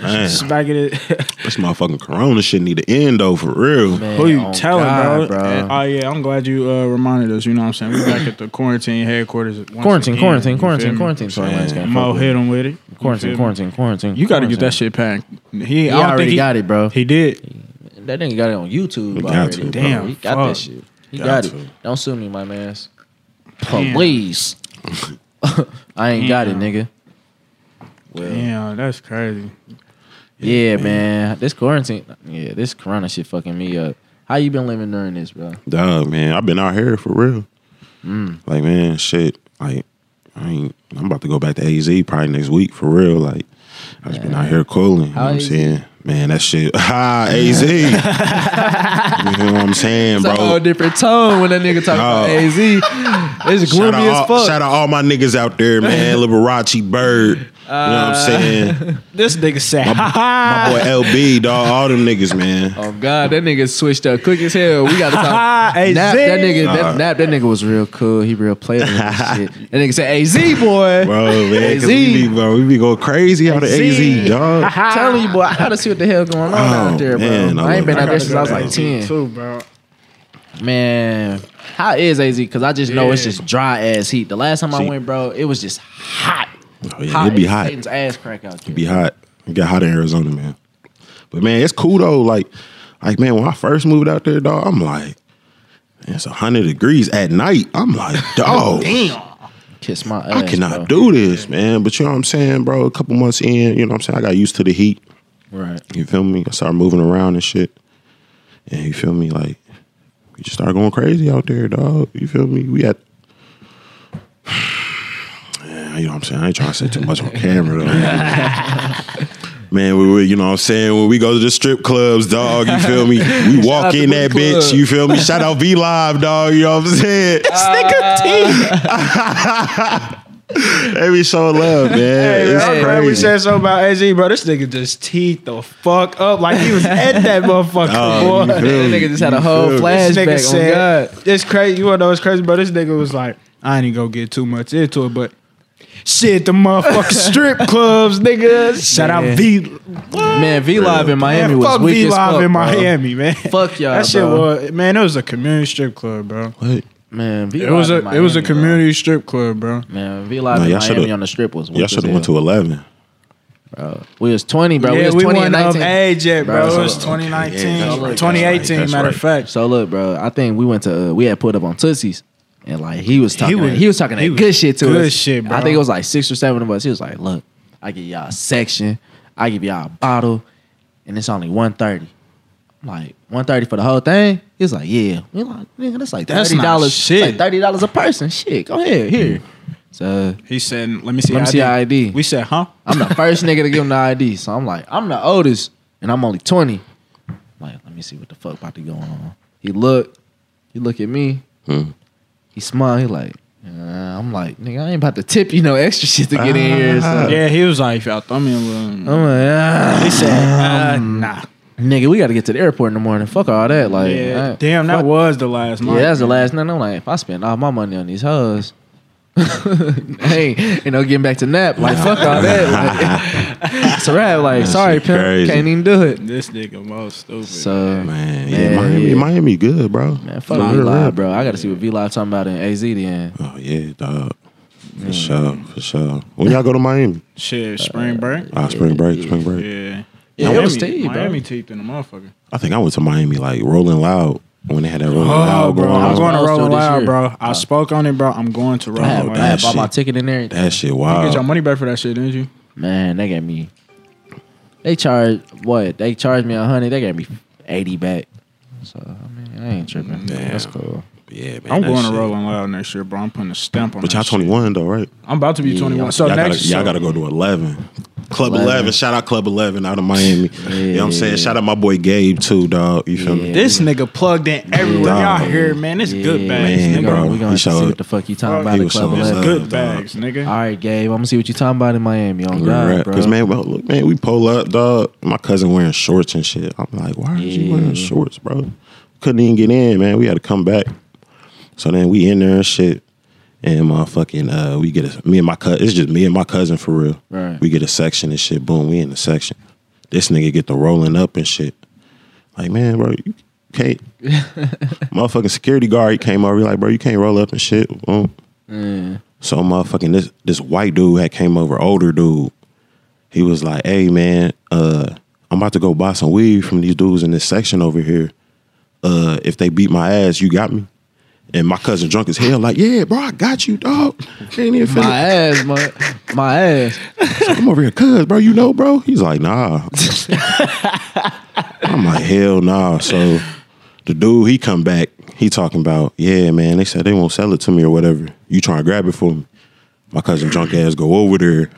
Man, this
smacking it.
motherfucking Corona shit need to end though for real.
Man,
Who you
oh
telling,
God,
bro?
bro?
And- oh yeah, I'm glad you uh, reminded us. You know what I'm saying? We back at the quarantine headquarters. Once
Quarantine,
again,
quarantine,
you
quarantine,
feel me?
quarantine. Sorry,
Man.
man's gonna
Mo
fuck with
hit him with it. You
it. Quarantine,
feel me?
quarantine, quarantine.
You got to get
quarantine.
that shit packed. He,
He
I don't
already
think he,
got it, bro.
He did.
That nigga got it on YouTube
Got
already.
to,
bro.
damn,
he got
fuck.
that shit. He
Got
got,
to.
it. Don't sue me, my man.
Damn.
Please. I ain't got it,
Damn.
nigga. Well,
Damn, that's crazy.
yeah, man. This quarantine, yeah, this Corona shit fucking me up. How you been living during this, bro?
Dog, man, I've been out here for real.
Mm.
Like, man, shit. Like, I ain't. I'm about to go back to AZ probably next week for real. Like, I just been out here cooling. You know
How
what I'm
AZ?
saying? Man, that shit. Ha, AZ. you know what I'm saying,
It's
bro?
a whole different tone when that nigga talk about
Oh.
AZ. It's
Shout
gloomy as
out, all,
fuck.
shout out all my niggas out there, man. Liberace Bird. You know what
Uh.
I'm saying?
This nigga sad.
My boy LB, dog. All them niggas, man.
Oh God, that nigga switched up quick as hell. We gotta talk.
AZ.
Nap, that nigga, that, Nap, that nigga was real cool. He real played and shit. That nigga said, "Az boy,
Bro, man, 'cause
AZ.
we be, bro, we be going crazy out of AZ, dog.
telling you, boy, I gotta see what the hell going on out
Oh,
there, bro.
man, I
I, ain't
love
been
that.
out
I
there since I was like ten.
too, bro.
Man, how is AZ? Because I just know it's
Yeah.
just dry ass heat. The last time I
See-
went, bro, it was just hot.
Oh, yeah, it be
as
hot.
Satan's ass crack out there.
be hot. It got hot in Arizona, man. But man, it's cool though. Like, like man, when I first moved out there, dog, I'm like, man, it's hundred degrees at night. I'm like, dog,
Kiss my ass.
I cannot
bro.
do this, man. But you know what I'm saying, bro? A couple months in, you know what I'm saying? I got used to the heat.
Right.
You feel me? I started moving around and shit. And you feel me? Like, we just started going crazy out there, dog. You feel me? We had. Yeah, you know what I'm saying? I ain't trying to say too much on camera, though. Man, we, we, you know what I'm saying? When we go to the strip clubs, dog, you feel me? We walk
out to
in that
Booty
bitch,
Club.
you feel me? Shout out V Live, dog, you know what I'm saying? They be so love, man. it's
I'm glad
crazy.
we said something about AZ, bro. This nigga just teed the fuck up like he was at that motherfucker,
Oh,
boy.
you feel
That
me?
nigga just had a
You
whole
feel me?
flash-
This
Flashback,
nigga
oh
said, "It's crazy." You wanna know what's crazy, bro? This nigga was like, "I ain't gonna get too much into it, but." Shit, the motherfucking strip clubs, nigga. Shout
Man.
out V
Man, V Live in Miami
Man,
was
fuck
weak
V
as
Live
fuck,
in
bro.
Miami, man.
Fuck y'all,
That shit
bro.
was man. It was a community strip club, bro.
What?
Man, V
It was
Live
a
in
it was a
Miami, bro.
community strip club, bro.
Man, V Live
No,
in
y'all shoulda-
Miami on the strip was.
Y'all should have went to 11.
We was twenty, bro. we was twenty and
wasn't of
nineteen.
age yet, bro.
Bro,
it was
so-
2019,
yeah, that's right,
2018,
that's right,
matter of
that's
fact.
So look, bro, I think we went to uh, we had put up on Tootsie's. And like he was talking, he
was-
was, talking that
he was
good shit to
good
us.
shit, bro.
I think it was like six or seven of us. He was like, "Look, I give y'all a section, I give y'all a bottle, and it's only one thirty. I'm like one thirty for the whole thing." He was like, "Yeah." We like, "Nigga, that's like
That's
thirty dollars.
not shit.
Like thirty dollars a person. Shit, go ahead here." So
He said, "Let me see,
Let me see
ID."
ID.
We said, "Huh?"
I'm the first nigga to give him the ID. So I'm like, I'm the oldest, and I'm only 20. I'm like, let me see what the fuck about to go on. He looked, he look at me, he smiled, he like, uh, I'm like, nigga, I ain't about to tip you no extra shit to get in here.
uh,
So.
yeah, he was like, "Y'all throw me a little."
I'm like, ah.
He said, uh, "Nah."
nigga, we got to get to the airport in the morning. Fuck all that. um, Like,
Yeah,
I-
damn, that
fuck-
was the last month.
yeah, that's the
man.
last night. I'm like, if I spend all my money on these hoes, hey, you know, getting back to nap, like fuck all that. Like, it's a wrap. Like,
That
sorry,
shit
pimp,
crazy.
can't even do it.
This nigga most stupid.
So man,
Man, yeah,
Man,
Miami,
yeah.
Miami good, bro.
fuck
Nah,
V
real, real.
Live, bro. I got to see what V Live talking about in AZ then.
Oh yeah, dog. For sure, for sure. When y'all go to Miami?
shit,
uh,
spring break.
Ah, spring break, spring break.
Yeah.
Yeah, it
Miami,
was Steve, bro.
Miami teeth in the motherfucker.
I think I went to Miami like Rolling Loud when they had that Rolling
Oh,
Loud
bro,
going
I'm
on.
going to
Oh, so
Rolling
this
Loud,
year.
bro. I spoke on it, bro. I'm going to
I
Rolling
had,
Oh,
I
Loud.
that
had bought my
shit.
ticket in there.
that shit
You get your
wild.
money back for that shit, didn't you?
Man, they gave me. They charged what? They charged me a hundred. They gave me eighty back. So I mean, I ain't tripping. That's cool.
Yeah, man.
I'm
that
going
shit.
to Rolling Loud next year, bro. I'm putting a stamp on.
But
that
y'all
shit.
21 though, right?
I'm about to be
Yeah,
21.
y'all-
So
y'all
next,
gotta, y'all
so-
gotta go to 11. Club 11.
11.
Shout out Club 11 out of Miami. You know what I'm saying?
Yeah.
Shout out my boy Gabe too, dog. You feel me?
Yeah.
This nigga plugged in everywhere.
Dog.
Y'all hear, man? This good
Yeah,
bags,
man,
we
nigga.
bro.
gonna, we
He
gonna see
showed-
what the fuck you talking
Bro,
about
he
in
was
Club
showing his
It's
love,
11.
good
dog.
bags, nigga.
All right, Gabe. I'm gonna see what you talking about in Miami. On God, bro.
Because man, well, look, man, we pull up, dog. My cousin wearing shorts and shit. I'm like, why are you
Yeah.
wearing shorts, bro? Couldn't even get in, man. We had to come back. So then we in there and shit. And motherfucking, uh, we get a, me and my cousin, it's just me and my cousin for real.
Right.
We get a section and shit. Boom, we in the section. This nigga get the rolling up and shit. Like, man, bro, you can't. motherfucking security guard he came over. He like, bro, you can't roll up and shit. Boom. So motherfucking this this white dude had came over, older dude. He was like, "Hey man, uh, I'm about to go buy some weed from these dudes in this section over here. Uh, if they beat my ass, you got me." And my cousin drunk as hell, like, "Yeah, bro, I got you, dog. Ain't even
My
finna
ass, my my ass.
come over here, cuz, bro. You know, bro." He's like, "Nah." I'm like, "Hell nah." So the dude he come back, he talking about, "Yeah, man, they said they won't sell it to me or whatever. You trying to grab it for me?" My cousin drunk ass go over there.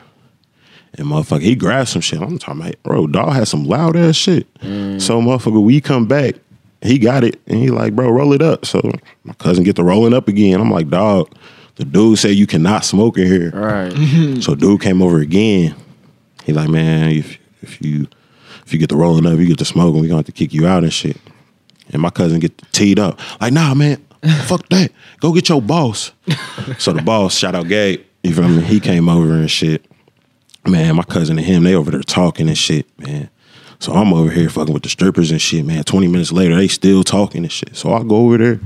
And motherfucker, he grabbed some shit. I'm talking about, bro, dog had some loud ass shit. So motherfucker, we come back, he got it, and he like, bro, roll it up. So my cousin get the rolling up again. I'm like, dog, the dude said you cannot smoke in here.
All right.
So dude came over again. He like, man, if if you if you get the rolling up, you get the smoking, we gonna have to kick you out and shit. And my cousin get teed up. Like, nah, man, fuck that. Go get your boss. so the boss, shout out Gabe, you feel me? He came over and shit. Man, my cousin and him, they over there talking and shit, man. So I'm over here fucking with the strippers and shit, man. 20 minutes later, they still talking and shit. So I go over there.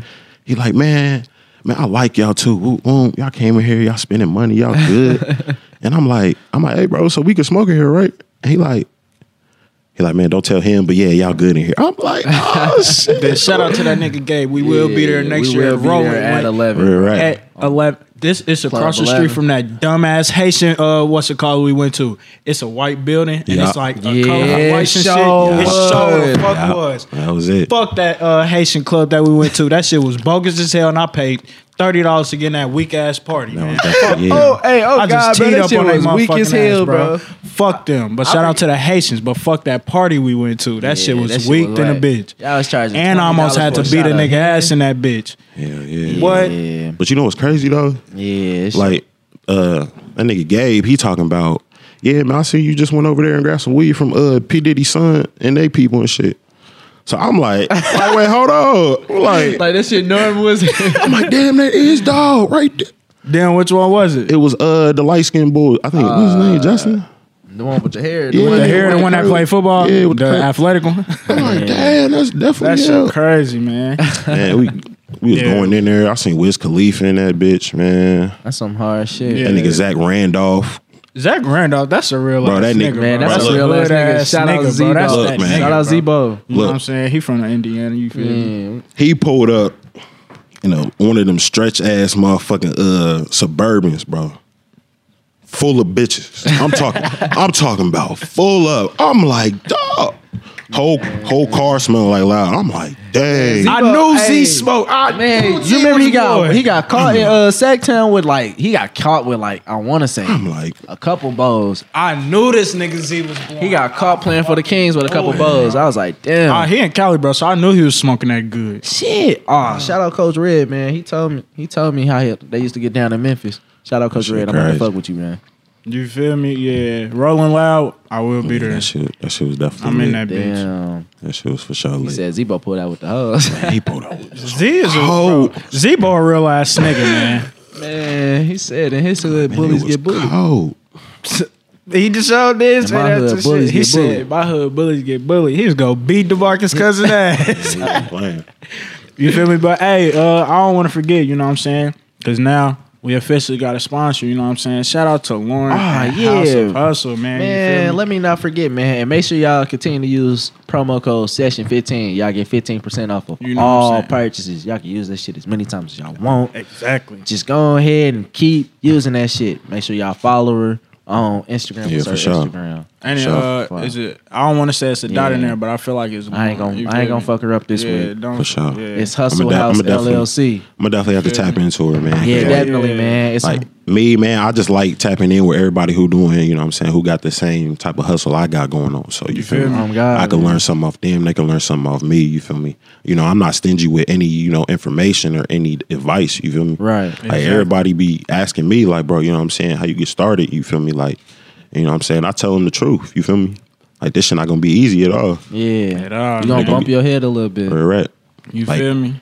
He like, man, man, I like y'all too. Woo, woo. Y'all came in here, y'all spending money, y'all good. and I'm like, I'm like, hey, bro, so we can smoke in here, right? And he like, he like, man, don't tell him, but yeah, y'all good in here. I'm like, oh shit.
Then shout out to that nigga Gabe. We will be there
Yeah,
next
we
year.
will be
Rolling
there at
like,
eleven.
Right, right.
at eleven. This is across the
11.
street from that dumbass Haitian. Uh, what's it called? We went to. It's a white building, and
Yeah.
it's like a
Yeah,
colorful white shit.
sure
It sure the
was.
fuck
Yeah.
was.
That was it.
Fuck that uh, Haitian club that we went to. That shit was bogus as hell, and I paid thirty dollars to get in that weak ass party.
That
man.
was definitely- yeah.
hey, oh
I just teed up on that
weak as
motherfucking
hell,
ass,
bro.
Fuck them. But shout out to the Haitians. But fuck that party we went to. That
Yeah,
shit was
that shit
weak
was
than a
whack.
bitch.
Y'all was charging
And I almost
$20
had to
for a
beat a
shot of
nigga ass in that bitch.
Hell yeah.
What?
Yeah,
But you know what's crazy though?
yeah. it's-
Like, uh, that nigga Gabe, he talking about, yeah, man, I see you just went over there and grabbed some weed from uh P. Diddy's son and they people and shit. So I'm like, like wait, hold on. I'm like,
like that shit normal was.
I'm like, damn, that is dog right there.
Then which one was it?
It was uh the light skinned boy. I think what his name, Justin?
The one with the hair.
Yeah.
one
The
that-
hair, the one that played football,
Yeah,
yeah,
with
the
the cur-
athletic one.
I'm like, damn, that's
that
definitely
shit
hell.
crazy, man.
Man, we we was
Yeah.
going in there. I seen Wiz Khalifa in that bitch, man.
That's some hard shit.
Yeah.
That nigga Zach Randolph.
Zach Randolph, that's a real
Bro,
ass
that nigga-
nigga,
Man,
bro.
that's
Bro,
a real ass
good
nigga. Shout out
bro. That's
Look,
that
Zebo.
man.
Shout out
nigga, bro.
Zebo.
You know what I'm
Look.
saying? He from Indiana, you feel me?
Yeah.
He pulled up in a, one of them stretch ass motherfucking uh Suburbans, bro. Full of bitches. I'm talking. I'm talking about full up. I'm like, dog. Whole whole car smelling like loud. I'm like, dang.
I knew
Hey.
Z smoked. I
Man,
knew Z
you remember he
was
got
boy.
he got caught in uh Sacktown with like he got caught with like I want to say
I'm like,
a couple bows.
I knew this nigga Z was born.
He got caught playing for the Kings with a couple bows. I was like, damn,
Uh, Oh, he in Cali, bro, so I knew he was smoking that good.
shit.
Ah.
Oh, shout out Coach Red, man. He told me he told me how he, they used to get down in Memphis. Shout out Coach
Shit
Red. I'm gonna
crazy.
fuck with you, man.
You feel me? Yeah. Rolling loud, I will be there.
that shit. That shit was definitely.
I'm in
lit.
that bitch.
Damn.
That shit was for sure.
He
lit.
said Zebo pulled out with the hose.
he pulled up.
Z is a
Oh.
oh. Zebo a real ass nigga, man.
Man, he said in his hood, bullies get bullied.
Cold.
He just showed this.
And my hood bullies
He
get
said,
bullied.
"My hood bullies get bullied." He was gonna beat DeMarcus Cousins ass.
Playing.
You feel me? But hey, uh, I don't want to forget. You know what I'm saying? Because now we officially got a sponsor. You know what I'm saying? Shout out to Lauren.
Ah,
and House
yeah.
of Hustle, man. you feel
Man,
me?
let me not forget, man. And make sure y'all continue to use promo code session 15. Y'all get 15% off of
You know what I'm
all
saying.
purchases. Y'all can use that shit as many times as y'all want.
exactly.
Just go ahead and keep using that shit. Make sure y'all follow her on Instagram.
Yeah,
What's
for
her
sure.
Instagram.
And it,
Sure.
uh,
Fuck.
is it? I don't want to say it's a dot in
Yeah.
there, but I feel like it's.
I ain't
you
gonna I
feel
ain't gonna
me?
fuck her up this
yeah,
week.
Don't,
For sure.
Yeah.
It's Hustle
I'ma def-
House
I'ma definitely-
LLC.
I'm gonna definitely have to tap into her, man.
Yeah,
Like,
definitely,
yeah.
man. It's
Like me, man, I just like tapping in with everybody who doing, you know what I'm saying, who got the same type of hustle I got going on. So you, feel,
feel
me?
me?
Oh, God,
I can
man.
learn something off them, they can learn something off me, you feel me? You know, I'm not stingy with any, you know, information or any advice, you feel me?
Right.
Like everybody be asking me, like, bro, you know what I'm saying, how you get started, you feel me? Like, you know what I'm saying? I tell them the truth, you feel me? Like this shit not gonna be easy at all.
yeah.
At all,
you gonna
nigga.
bump your head a little bit.
Where we're at.
You
Like-
feel me?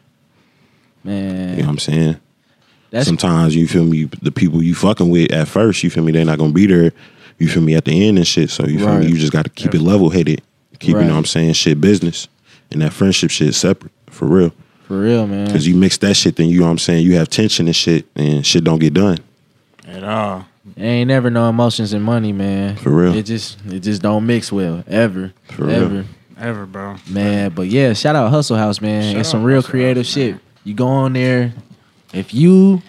Man.
You know what I'm saying?
That's
sometimes you feel me the people you fucking with at first you feel me they're not gonna be there you feel me at the end and shit so you feel
Right.
me you just gotta keep it level headed keep you
Right.
know what i'm saying shit business and that friendship shit separate for real
for real, man.
because you mix that shit then you know what i'm saying you have tension and shit and shit don't get done
At all.
Ain't never no emotions and money, man.
For real.
It just it just don't mix well ever.
For real.
ever.
Ever, bro.
Man, but yeah, shout out Hustle House, man.
Shout
it's some
out
real
Hustle
creative
House,
shit. You go on there. If you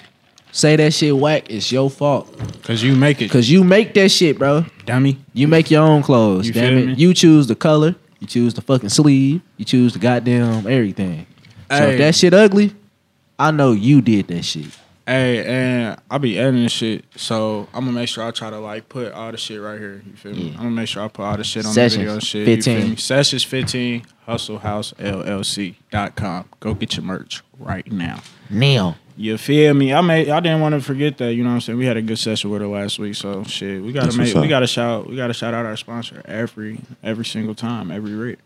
say that shit whack, it's your fault.
Cause you make it,
Cause you make that shit, bro.
dummy.
You make your own clothes.
You
damn
feel
it.
me?
You choose the color. You choose the fucking sleeve. You choose the goddamn everything. So
Hey.
if that shit ugly, I know you did that shit.
Hey, and I be editing shit, so I'm gonna make sure I try to like put all the shit right here. You feel me? I'm gonna make sure I put all the shit on
Sessions
the video and shit. You
15.
feel me? Sessions 15, hustlehousellc.com. Go get your merch right now.
Now.
You feel me? I made I didn't want to forget that, you know what I'm saying? We had a good session with her last week, so shit. We gotta
That's
make
what's up.
we gotta shout we gotta shout out our sponsor every every single time, every rip.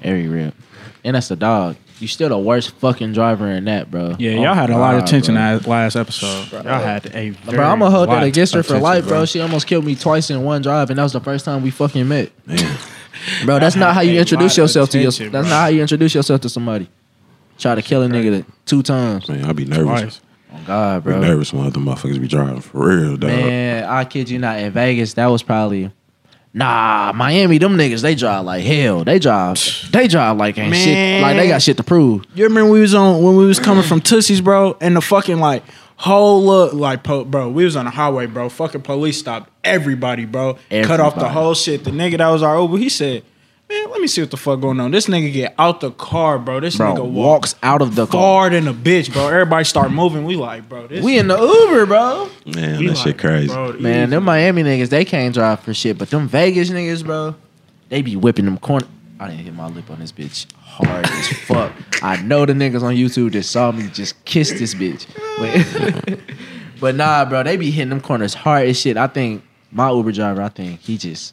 Every rip. And that's the dog. You still the worst fucking driver in that, bro.
Yeah,
Oh
y'all had a lot of
God,
attention
bro.
that last episode. Y'all had a very
Bro, I'm gonna hold that
lot
against her
of
for
attention,
life, bro. She almost killed me twice in one drive, and that was the first time we fucking met. bro, that's not how
A
you
lot
introduce
of
yourself to your. That's
attention,
not
bro.
how you introduce yourself to somebody. Try to kill a nigga that- two times.
man i be nervous
Twice.
Oh God,
be
bro.
nervous when other motherfuckers be driving for real dog
Man, I kid you not. In Vegas, that was probably. Nah, Miami, them niggas, they drive like hell. They drive, they drive like ain't shit. Like they got shit to prove.
You remember we was on when we was coming from Tussie's, bro, and the fucking like whole look like po- bro, we was on the highway, bro. Fucking police stopped everybody, bro. Cut off the
Everybody.
whole shit. The nigga that was our Uber, he said, "Man, let me see what the fuck going on." This nigga get out the car, bro. This
Bro,
nigga
walks
walks
out of the car.
far than a bitch, bro. Everybody start moving. We like, bro, this
We in the Uber, bro.
man
we
that
like,
shit crazy
bro,
Man,
easy.
them Miami niggas, they can't drive for shit, but them Vegas niggas, bro, they be whipping them corner. I didn't hit my lip on this bitch hard as fuck. I know the niggas on YouTube that saw me just kiss this bitch. But, but nah, bro, they be hitting them corners hard as shit. I think my Uber driver, I think he just,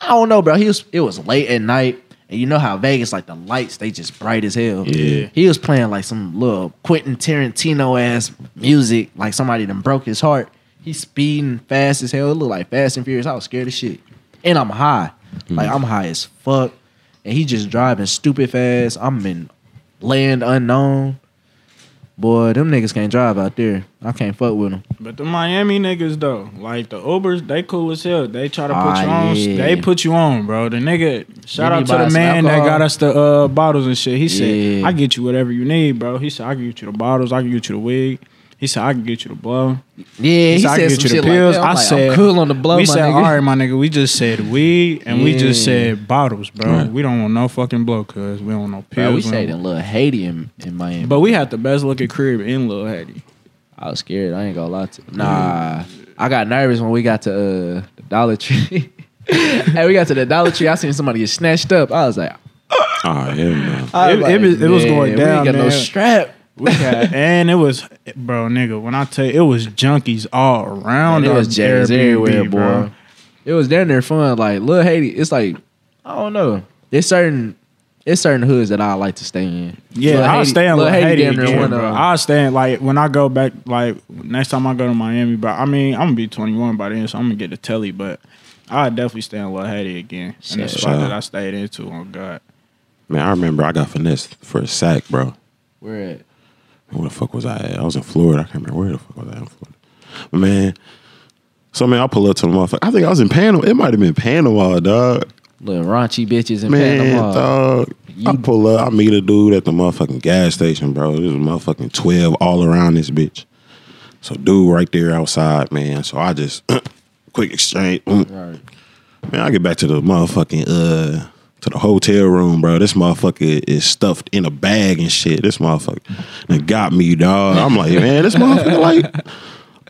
I don't know, bro. He was, it was late at night. And you know how Vegas, like the lights, they just bright as hell.
Yeah.
He was playing like some little Quentin Tarantino ass music, like somebody done broke his heart. He's speeding fast as hell. It looked like Fast and Furious. I was scared as shit. And I'm high. Like I'm high as fuck. And he just driving stupid fast. I'm in land unknown. Boy, them niggas can't drive out there. I can't fuck with them.
But the Miami niggas though, like the Ubers, they cool as hell. They try to put
Ah,
you on.
yeah.
They put you on, bro. The nigga, shout
Did he buy
out to the
some
man that
alcohol?
got us the uh, bottles and shit. He said,
Yeah.
"I get you whatever you need, bro." He said, "I can get you the bottles. I can get you the wig." He said, "I can get you the blow."
Yeah, he
said, "I
said
can get
some
you the
shit
pills."
like that. I'm
I
like,
said,
I'm cool on the blow,
We
my
said,
nigga.
"All right, my nigga." We just said weed and we just
Yeah.
said bottles, bro.
Right.
We don't want no fucking blow, cause we don't want no
Bro,
pills.
we
don't
stayed
want-
in Little Haiti in, in Miami.
But we had the best looking crib in Lil Hattie.
I was scared. I ain't gonna lie to you. Nah, I got nervous when we got to uh, the Dollar Tree. hey, we got to the Dollar Tree. I seen somebody get snatched up. I was like,
oh hell no
I
It- it was- it was
"Man,
going
We ain't
down,
got no
man."
strap.
We had, and it was, bro, nigga. When I tell you, it was junkies all
And
around.
it
our
was jazz
Airbnb,
everywhere,
bro.
boy. It was down there fun. Like little Haiti, it's like I don't know. There's certain it's certain hoods that I like to stay in.
Yeah,
Lil
I'll
Haiti-
stay in
Lil
Little
Haiti
Haiti.
damn near
again,
one of
bro.
them.
I'll stay in like when I go back, like next time I go to Miami. But I mean, I'm gonna be 21 by then, so I'm gonna get the telly. But I'll definitely stay in Little Haiti again. And the
Shit.
spot
Shout
that
out.
I stayed into, oh god,
Man, I remember I got finessed for a sack, bro.
Where at?
Where the fuck was I at? I was in Florida. I can't remember where the fuck was I in Florida. But man, so man, I pull up to the motherfucker. I think I was in Panama. It might have been Panama, dog.
Little raunchy bitches in
Man,
Panama.
dog. I pull up. I meet a dude at the motherfucking gas station, bro. This was motherfucking twelve all around this bitch. So dude, right there outside, man. So I just quick exchange. Mm.
Right.
Man, I get back to the motherfucking uh to the hotel room, bro. This motherfucker is stuffed in a bag and shit. This motherfucker and got me, dog. I'm like, man, this motherfucker like,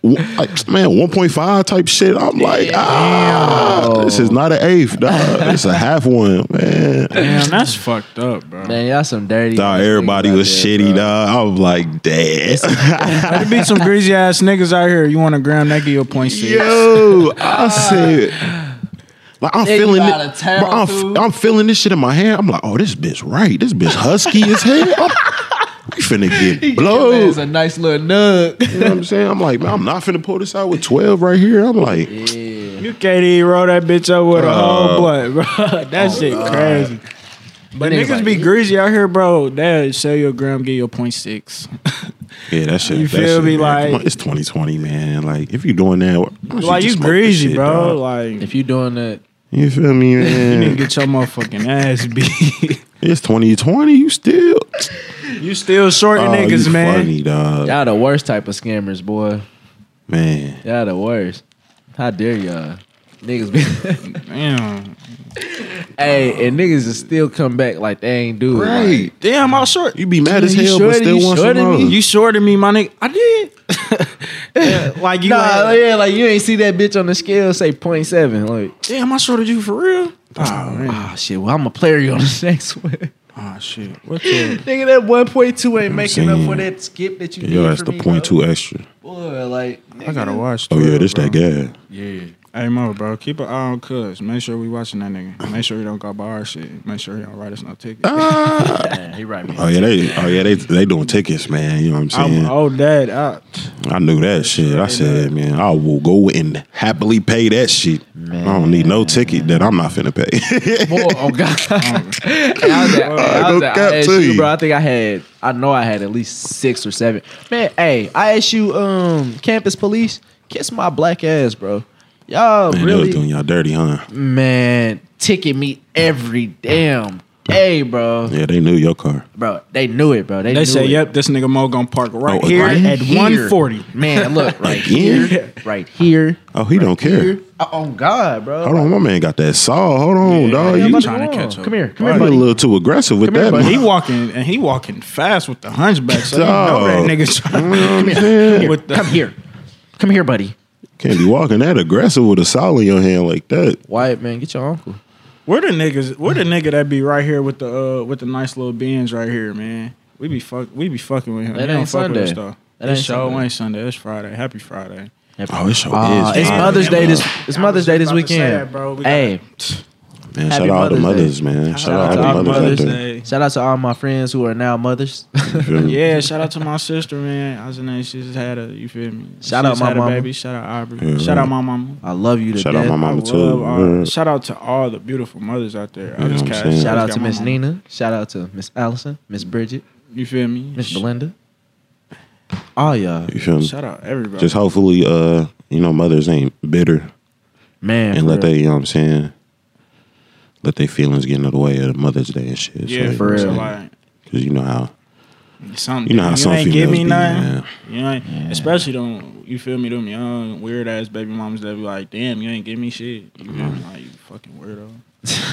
w- like man, 1.5 type shit. I'm like, ah, this is not an eighth, dog. It's a half one, man.
damn, that's fucked up, bro.
Man, y'all some dirty.
Dog,
niggas
everybody
out
was
there,
shitty,
bro.
dog. I was like, damn.
There be some greasy ass niggas out here. You want to gram that give you a point six?
Yo, I said, like I'm
Nigga
feeling
out of
it.
town,
bro, I'm,
dude.
I'm feeling this shit in my hand. I'm like, oh, this bitch right. This bitch husky as hell. I'm- we finna get
That
blowed.
is a nice little nug.
You know what I'm saying? I'm like, man, I'm not finna pull this out with 12 right here. I'm like,
You can't even roll that bitch up with a
Uh,
whole blunt, bro. that shit crazy. But niggas be greasy out here, bro. They'll sell your gram, get your point six.
yeah, that shit.
You
that
feel
shit,
me?
man. Come
Like-
on, it's 2020, man. Like, if you doing that, why don't
Like
just
you
smoke this
greasy,
shit,
bro.
dog?
Like
If you doing that,
you feel me,
you need to
man?
get your motherfucking ass beat.
it's 2020. You still
you still shorting
Oh,
niggas,
you
man.
Funny, dog.
y'all the worst type of scammers, boy.
Man,
Y'all the worst. How dare y'all? Niggas be.
Damn.
hey, and niggas is still come back like they ain't do it. like,
right?
Damn, I short.
You be mad as
You
hell,
shorted-
but still
you
want some
shorted me?
more.
You shorted me, my nigga. I did. like you
Nah,
had-
yeah, like you ain't see that bitch on the scale say 0.7. Like,
damn, I shorted you for real. Oh
Ah,
man.
oh shit, well, I'm a player you on the next one.
Oh shit. What the
Nigga, that 1.2 ain't making up
saying?
for that skip that you
Yeah,
did.
Yo, that's
for
the
me,
point
bro.
two extra.
Boy, like,
I gotta watch.
Oh yeah,
12,
this
bro.
that guy.
yeah.
Hey Mo, bro, keep an eye on Cuz. Make sure we watching that nigga. Make sure he don't go buy our shit. Make sure he don't write us no ticket.
Uh, Man, he right, man.
Oh yeah, they oh yeah they they doing tickets, man. You know what I'm
I'm
saying?
old dad out.
I knew that shit. I said, man, I will go and happily pay that shit. I don't need no ticket that I'm not finna pay.
Boy, oh god. And I was at, I was
no
at
cap to
ISU,
you.
bro. I think I had, I know I had at least six or seven. Man, hey, ISU um campus police, kiss my black ass, bro. Y'all
man, they
really
was doing y'all dirty, huh?
man ticket me every damn day, bro.
Yeah, they knew your car.
Bro, they knew it, bro. They,
They
knew
say,
it.
"Yep, this nigga Mo gonna park right
Oh,
here
right
at
here.
140."
Man, look right
Again?
here, right here.
Oh, he don't care.
here. Oh, Oh God, bro.
Hold on, my man got that saw. Hold on, dog.
yeah,
You,
my-
you
trying to
Come on.
catch up.
Come here, come
a
here, buddy.
little too aggressive with
Come here,
that.
buddy.
He
man.
walking and he walking fast with the hunchback. So you know that
Dog.
nigga trying
You know what I'm
Come
saying?
here.
With the-
Come here. Come here, buddy.
Can't be walking that aggressive with a saw in your hand like that.
Wyatt, man, get your uncle.
Where the niggas? Where the nigga that be right here with the uh with the nice little bins right here, man? We be fuck. We be fucking with him.
That
He
ain't
don't fuck with us,
Sunday.
though.
That
This
ain't
show
Sunday.
ain't Sunday. It's Friday. Happy Friday.
Oh, it sure
Ah,
is.
it's
man.
Mother's Day this. It's
I
Mother's
was
Day
just
this
about to say
weekend.
that, bro. We
Hey,
Man,
Happy
shout out all the
Mother's
mothers, man. Shout
Shout out
out all the
to
mothers out
Mother's
there.
Day.
shout out to all my friends who are now mothers.
You feel me?
Yeah, shout out to my sister, man. I was in there. She just had a. You feel me?
Shout
She
out
just
my
had a
mama.
baby. Shout out Aubrey.
Yeah,
shout
right.
out my mama.
I love you to
Shout
death.
out my
I
mama
love
too.
all-
man.
Shout out to all the beautiful mothers out there. I just
You know what I'm
can't-
saying?
Shout out
just
to
got my
Miss
mama.
Nina. Shout out to Miss Allison, Miss Bridget,
You feel me?
Miss
Sh-
Belinda. All y'all,
You feel me?
Shout out everybody.
Just hopefully, uh, you know, mothers ain't bitter
man.
and
for
let
real.
they, you know what I'm saying, let their feelings get in the way of Mother's Day and shit.
yeah, for
real.
real. Like,
Because you know how,
Something,
you know how some
ain't give
females
me
be,
nothing.
man.
You know, especially them. You feel me? Them young weird ass baby mamas that be like, "Damn, you ain't give me shit." You feel me? Like you fucking weirdo. Like,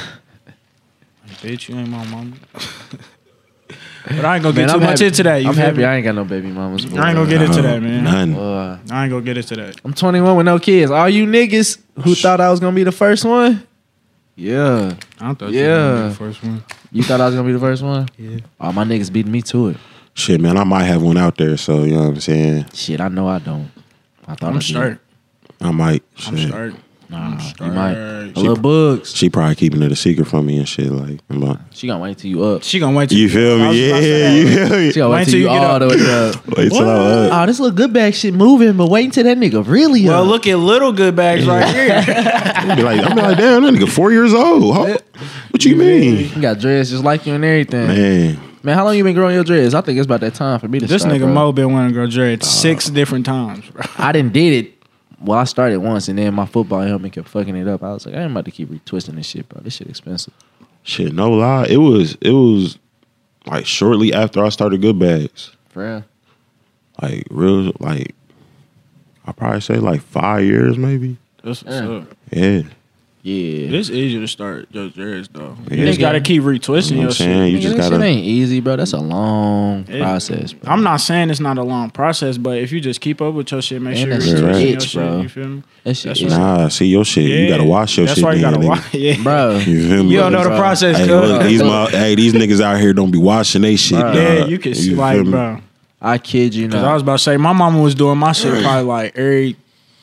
Bitch, you ain't my mama. but I ain't gonna
Man,
get too
I'm
much
happy.
into that. You
I'm
feel
happy
me?
I ain't got no baby mamas.
I ain't gonna get into that, man.
None.
Uh,
I ain't gonna get into that.
I'm 21 with no kids. All you niggas who thought I was gonna be the first one, yeah,
I don't thought
you Yeah. were gonna be the
first one.
you thought I was gonna be the first one. Yeah, all my niggas beating me to it.
shit, man, I might have one out there, so you know what I'm saying.
Shit, I know I don't. I thought I
I'm
did.
start.
I might.
I'm
shit.
start.
Nah, you
straight.
might. A
She-
little bugs.
She probably keeping it a secret from me and shit. Like, I'm like
She gonna wait till you up. She
She gonna wait till
you
I
feel
was
me?
about
Yeah,
to say
you
that.
feel me?
gonna wait till you,
get
all
up.
the way up.
Wait till I'm up.
Oh, this little good bag shit moving, but wait till that nigga really
Well,
up.
look at little good bags right here.
Be like, I'm like, damn, that nigga four years old. How- what you mean?
You got dreads just like you and everything. Man,
Man,
how long you been growing your dreads? I think it's about that time for me to
this
start,
nigga
bro.
Mo been wanting to grow dreads six different times, bro.
I didn't did it. Well, I started once, and then my football helmet kept fucking it up. I was like, I ain't about to keep retwisting this shit, bro. This shit expensive.
shit, no lie. It was it was like shortly after I started good bags.
For real.
Like real like I probably say like five years maybe.
That's what's
Yeah.
up.
Yeah.
Yeah.
It's easy to start your dreads though.
Yeah.
You just gotta keep retwisting
You
your
know what I'm
shit.
saying? You
Nigga,
just
that shit
gotta
ain't easy, bro. That's a long
It-
process. Bro.
I'm not saying it's not a long process, but if you just keep up with your shit, make
And that
sure
shit
you're retwisting your
itch,
shit.
bro.
You feel me?
That shit
That's
is,
Nah, see your shit. You gotta wash your
That's
shit
why you
then,
gotta
nigga.
wash. Yeah.
bro.
You feel me?
You don't know the
Bro.
process,
Hey,
cuz.
look, these my, hey, these niggas out here don't be washing they shit.
Bruh.
yeah,
dawg.
you can see,
feel
like,
me?
bro.
I kid you
Cause I
not.
was about to say, my mama was doing my shit probably like every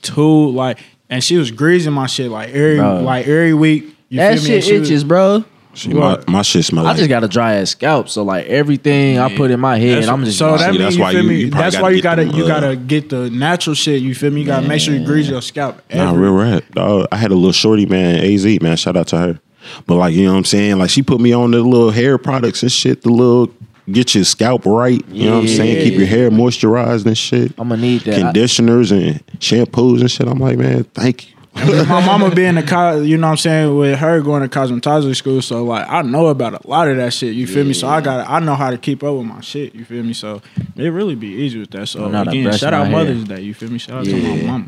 two, like, and she was greasing my shit like every,
Bro.
like every week. You
that
feel me? And
shit
she was-
itches, bro.
See, my, my shit smell
I
like
just got a dry ass scalp, so like everything I put in my head,
That's-
I'm just
so
like,
that
See,
means
that's
you
why
feel
you-
me.
you probably
that's
gotta
why you
get
gotta
them,
you
uh,
gotta get the natural shit. You feel me? You gotta make sure you grease your scalp.
Nah,
every-
real rap. Dog. I had a little shorty, man, AZ, man. Shout out to her. But like, you know what I'm saying? Like she put me on the little hair products and shit, the little get your scalp right. You know what I'm saying? Keep your hair moisturized and shit.
I'm gonna need that. I-
Conditioners and shampoos and shit. I'm like, man, thank you.
my mama being a co- you know what I'm saying with her going to cosmetology school so like I know about a lot of that shit you feel me so I got I know how to keep up with my shit you feel me so it really be easy with that so
I'm not a
again
brush
shout
my
out
hair.
Mother's Day you feel me shout out to my
Yeah.
mama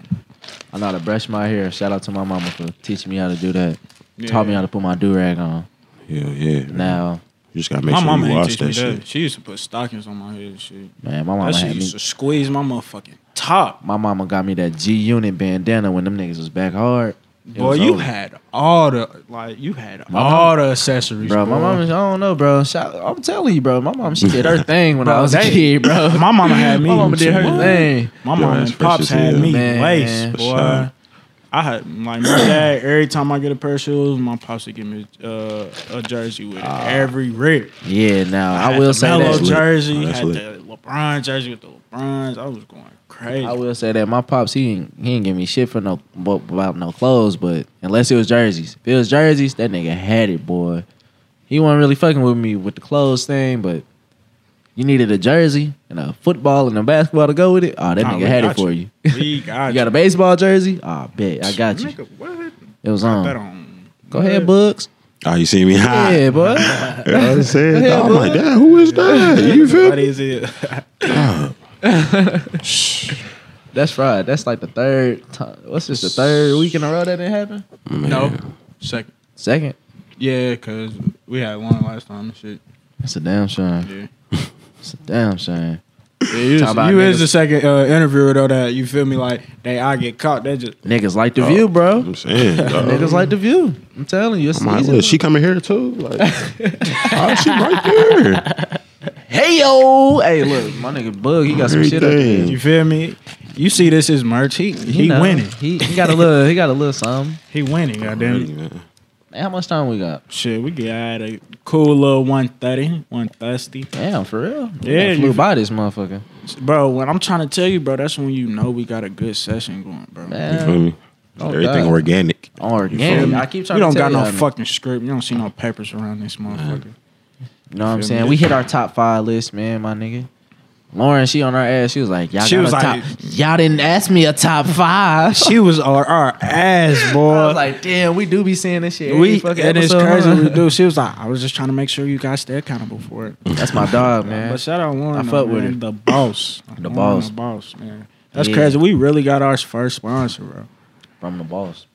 I know how to brush my hair. Shout out to my mama for teaching me how to do that.
Yeah.
Taught me how to put my do rag on.
Yeah, yeah.
Now,
You just gotta make
my
sure
mama
you
ain't
wash
teach
that,
me
shit.
that she used to put stockings on my head and shit
man, my mama
that
had
shit
me.
used to squeeze my motherfucking top
My mama got me that G Unit bandana when them niggas was back hard. It
boy
was
you
over.
had all the like you had
My
all the accessories
Bro, my
boy.
mama, I don't know, bro. Shout, I'm telling you, bro. My mom, she did her thing when I
Bro,
was a
they-
kid, bro.
my mama had me
My mama did her
What?
thing.
My
Your
mom
ass
and pops
precious,
had
yeah.
me
Man.
laced, boy.
sure.
I had like my dad. Every time I get a pair of shoes, my pops would give me uh, a jersey with it. every rip.
Yeah, now Ah. I,
had
will
the
say
Melo
that.
lit.
jersey,
Oh, that's
had
lit.
the LeBron jersey with the LeBrons. I was going crazy.
I will say that my pops, he ain't, he ain't give me shit for no bo- about no clothes, but unless it was jerseys, if it was jerseys, that nigga had it, boy. He wasn't really fucking with me with the clothes thing, but you needed a jersey and a football and a basketball to go with it. Oh, that
Nah, we
nigga had it
got
for you.
you. We got
You got a baseball jersey? Ah, bet I got you.
Nigga, what?
It was
Bet
on.
on. Ah.
Go ahead, Bucks.
Oh, you see me? Hi.
Yeah, boy.
You know what I'm saying?
Yeah,
I'm
bro.
like, damn, who is that? You feel
What
me?
is it?
That's right. That's like the third time. What's this? The third week in a row that didn't happen?
No, second.
Second.
Yeah, cause we had one last time and shit.
That's a damn shame.
Yeah.
It's a damn shame.
Yeah, you
Talk
is,
about
you is
niggas.
the second uh, interviewer though that you feel me like they I get caught they just
Niggas like
Oh.
the view, bro.
I'm saying. dog.
Niggas like the view. I'm telling you, it's
I'm like,
easy.
look, she coming here too. Like, oh, she right there.
hey yo, hey look, my nigga Bug, he got some shit up there.
Everything.
you feel me you see this is merch he he
You know,
winning
He, he got a little. He got a little something.
he winning goddamn
Really, man.
Man, how much time we got?
shit we got a cool little 130 130
Damn, for real. We
Yeah,
done
you-
flew by this motherfucker.
bro when I'm trying to tell you bro that's when you know we got a good session going bro
You feel
Man,
me?
oh,
Everything
God.
organic.
organic. I keep
we
trying.
don't
to
got
tell
no
y'all,
fucking script you don't see no papers around this motherfucker
You know what I'm
Feel
saying?
me?
We hit our top five list, man, my nigga. Lauren, she on our ass. She was like, y'all
She
got
was
a
like-
top. Y'all didn't ask me a top five.
she was our, our ass boy
I was like, damn, we do be seeing this shit. every
we
fucking
and it's
episode,
crazy
huh?
we do she was like I was just trying to make sure you guys stay accountable for it.
That's my dog, man.
But shout out Warren.
I
though,
fuck with
man.
it.
The boss.
The
Warren
boss.
The boss, man. That's
Yeah.
crazy. We really got our first sponsor, bro.
From the boss.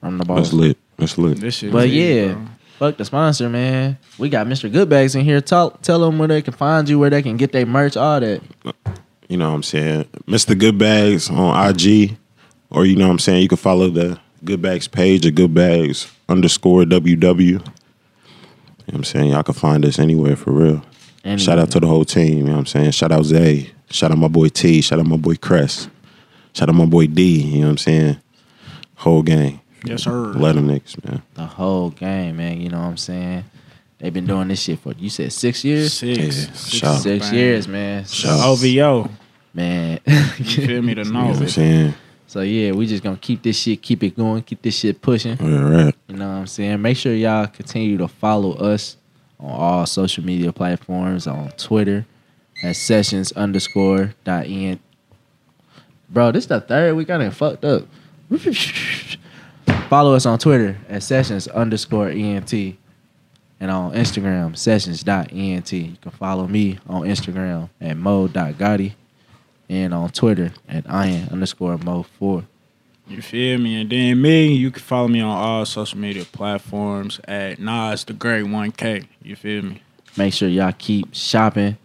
From the boss.
That's lit. That's lit.
This shit.
But
is big,
yeah,
bro.
fuck the sponsor, man. We got Mr. Goodbags in here. Tell tell them where they can find you, where they can get their merch, all that.
You know what I'm saying? Mr. Good Bags on IG, or you know what I'm saying? You can follow the Good Bags page at Good Bags underscore WW. You know what I'm saying? Y'all can find us anywhere for real.
And
Shout out to the whole team. You know what I'm saying? Shout out Zay. Shout out my boy T. Shout out my boy Cress. Shout out my boy D. You know what I'm saying? Whole game.
Yes, sir.
Let them niggas, man.
The whole game, man. You know what I'm saying? They've been doing this shit for you said six years.
Six.
Yeah, shout out.
Six
bang.
years, man.
Shout out.
OVO.
Man.
You feel me? The
You know what I'm
knowledge.
saying?
so yeah, we just gonna keep this shit, keep it going, keep this shit pushing.
All right.
You know what I'm saying? Make sure y'all continue to follow us on all social media platforms on Twitter at sessions underscore dot en. Bro, this the third week I done fucked up. follow us on Twitter at sessions underscore ent and on Instagram sessions dot ent. You can follow me on Instagram at mo.gotti and on Twitter at ian underscore mo4.
You feel me? And then me, you can follow me on all social media platforms at Nas the Great 1K. You feel me?
Make sure y'all keep shopping.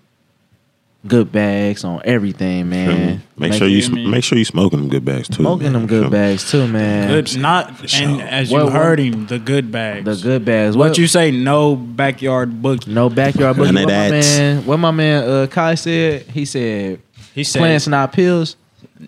Good bags on everything, man.
Make, sure you
it,
sm-
man.
make sure you smoking them good bags too.
smoking
man.
them
Feel
good
me?
bags too, man.
Good, not
sure.
and as
What-
you heard him, the good bags.
The good bags.
What you say? No backyard boogie.
No backyard boogie. What
None
my
of that.
man, what my man uh, Kai said. He said
He
plants
said,
and our pills.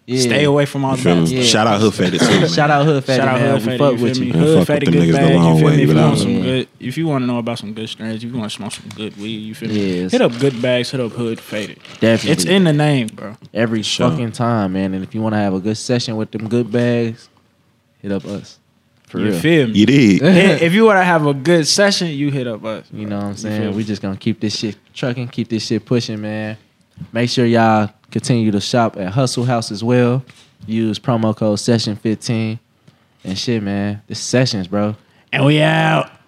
Yeah.
"Stay away from all
You feel
that."
me?
Yeah.
Shout out Hood Fatty too. Man.
Shout out hood fatty
Shout out
man.
Hood
we
Fatty,
fuck
you
with
feel me?
you.
Man,
Hood
fuck
Fatty
with them
good
niggas the
bag,
long
you feel
way,
me? If you,
without
them.
want some
Yeah.
good, if you want to know about some good strands, if you want to smoke some good weed, you feel me?
Yes.
Hit up good bags, hit up hood faded.
Definitely.
It's in the name, bro.
every
Sure.
fucking time, man. And if you want to have a good session with them good bags, hit up us. For
you
real.
feel me?
You did.
If if you want to have a good session, you hit up us.
You know what I'm
feel
saying?
me?
We just gonna keep this shit trucking, keep this shit pushing, man. Make sure y'all continue to shop at Hustle House as well. Use promo code Session15 and shit, man. This sessions, bro.
And we out.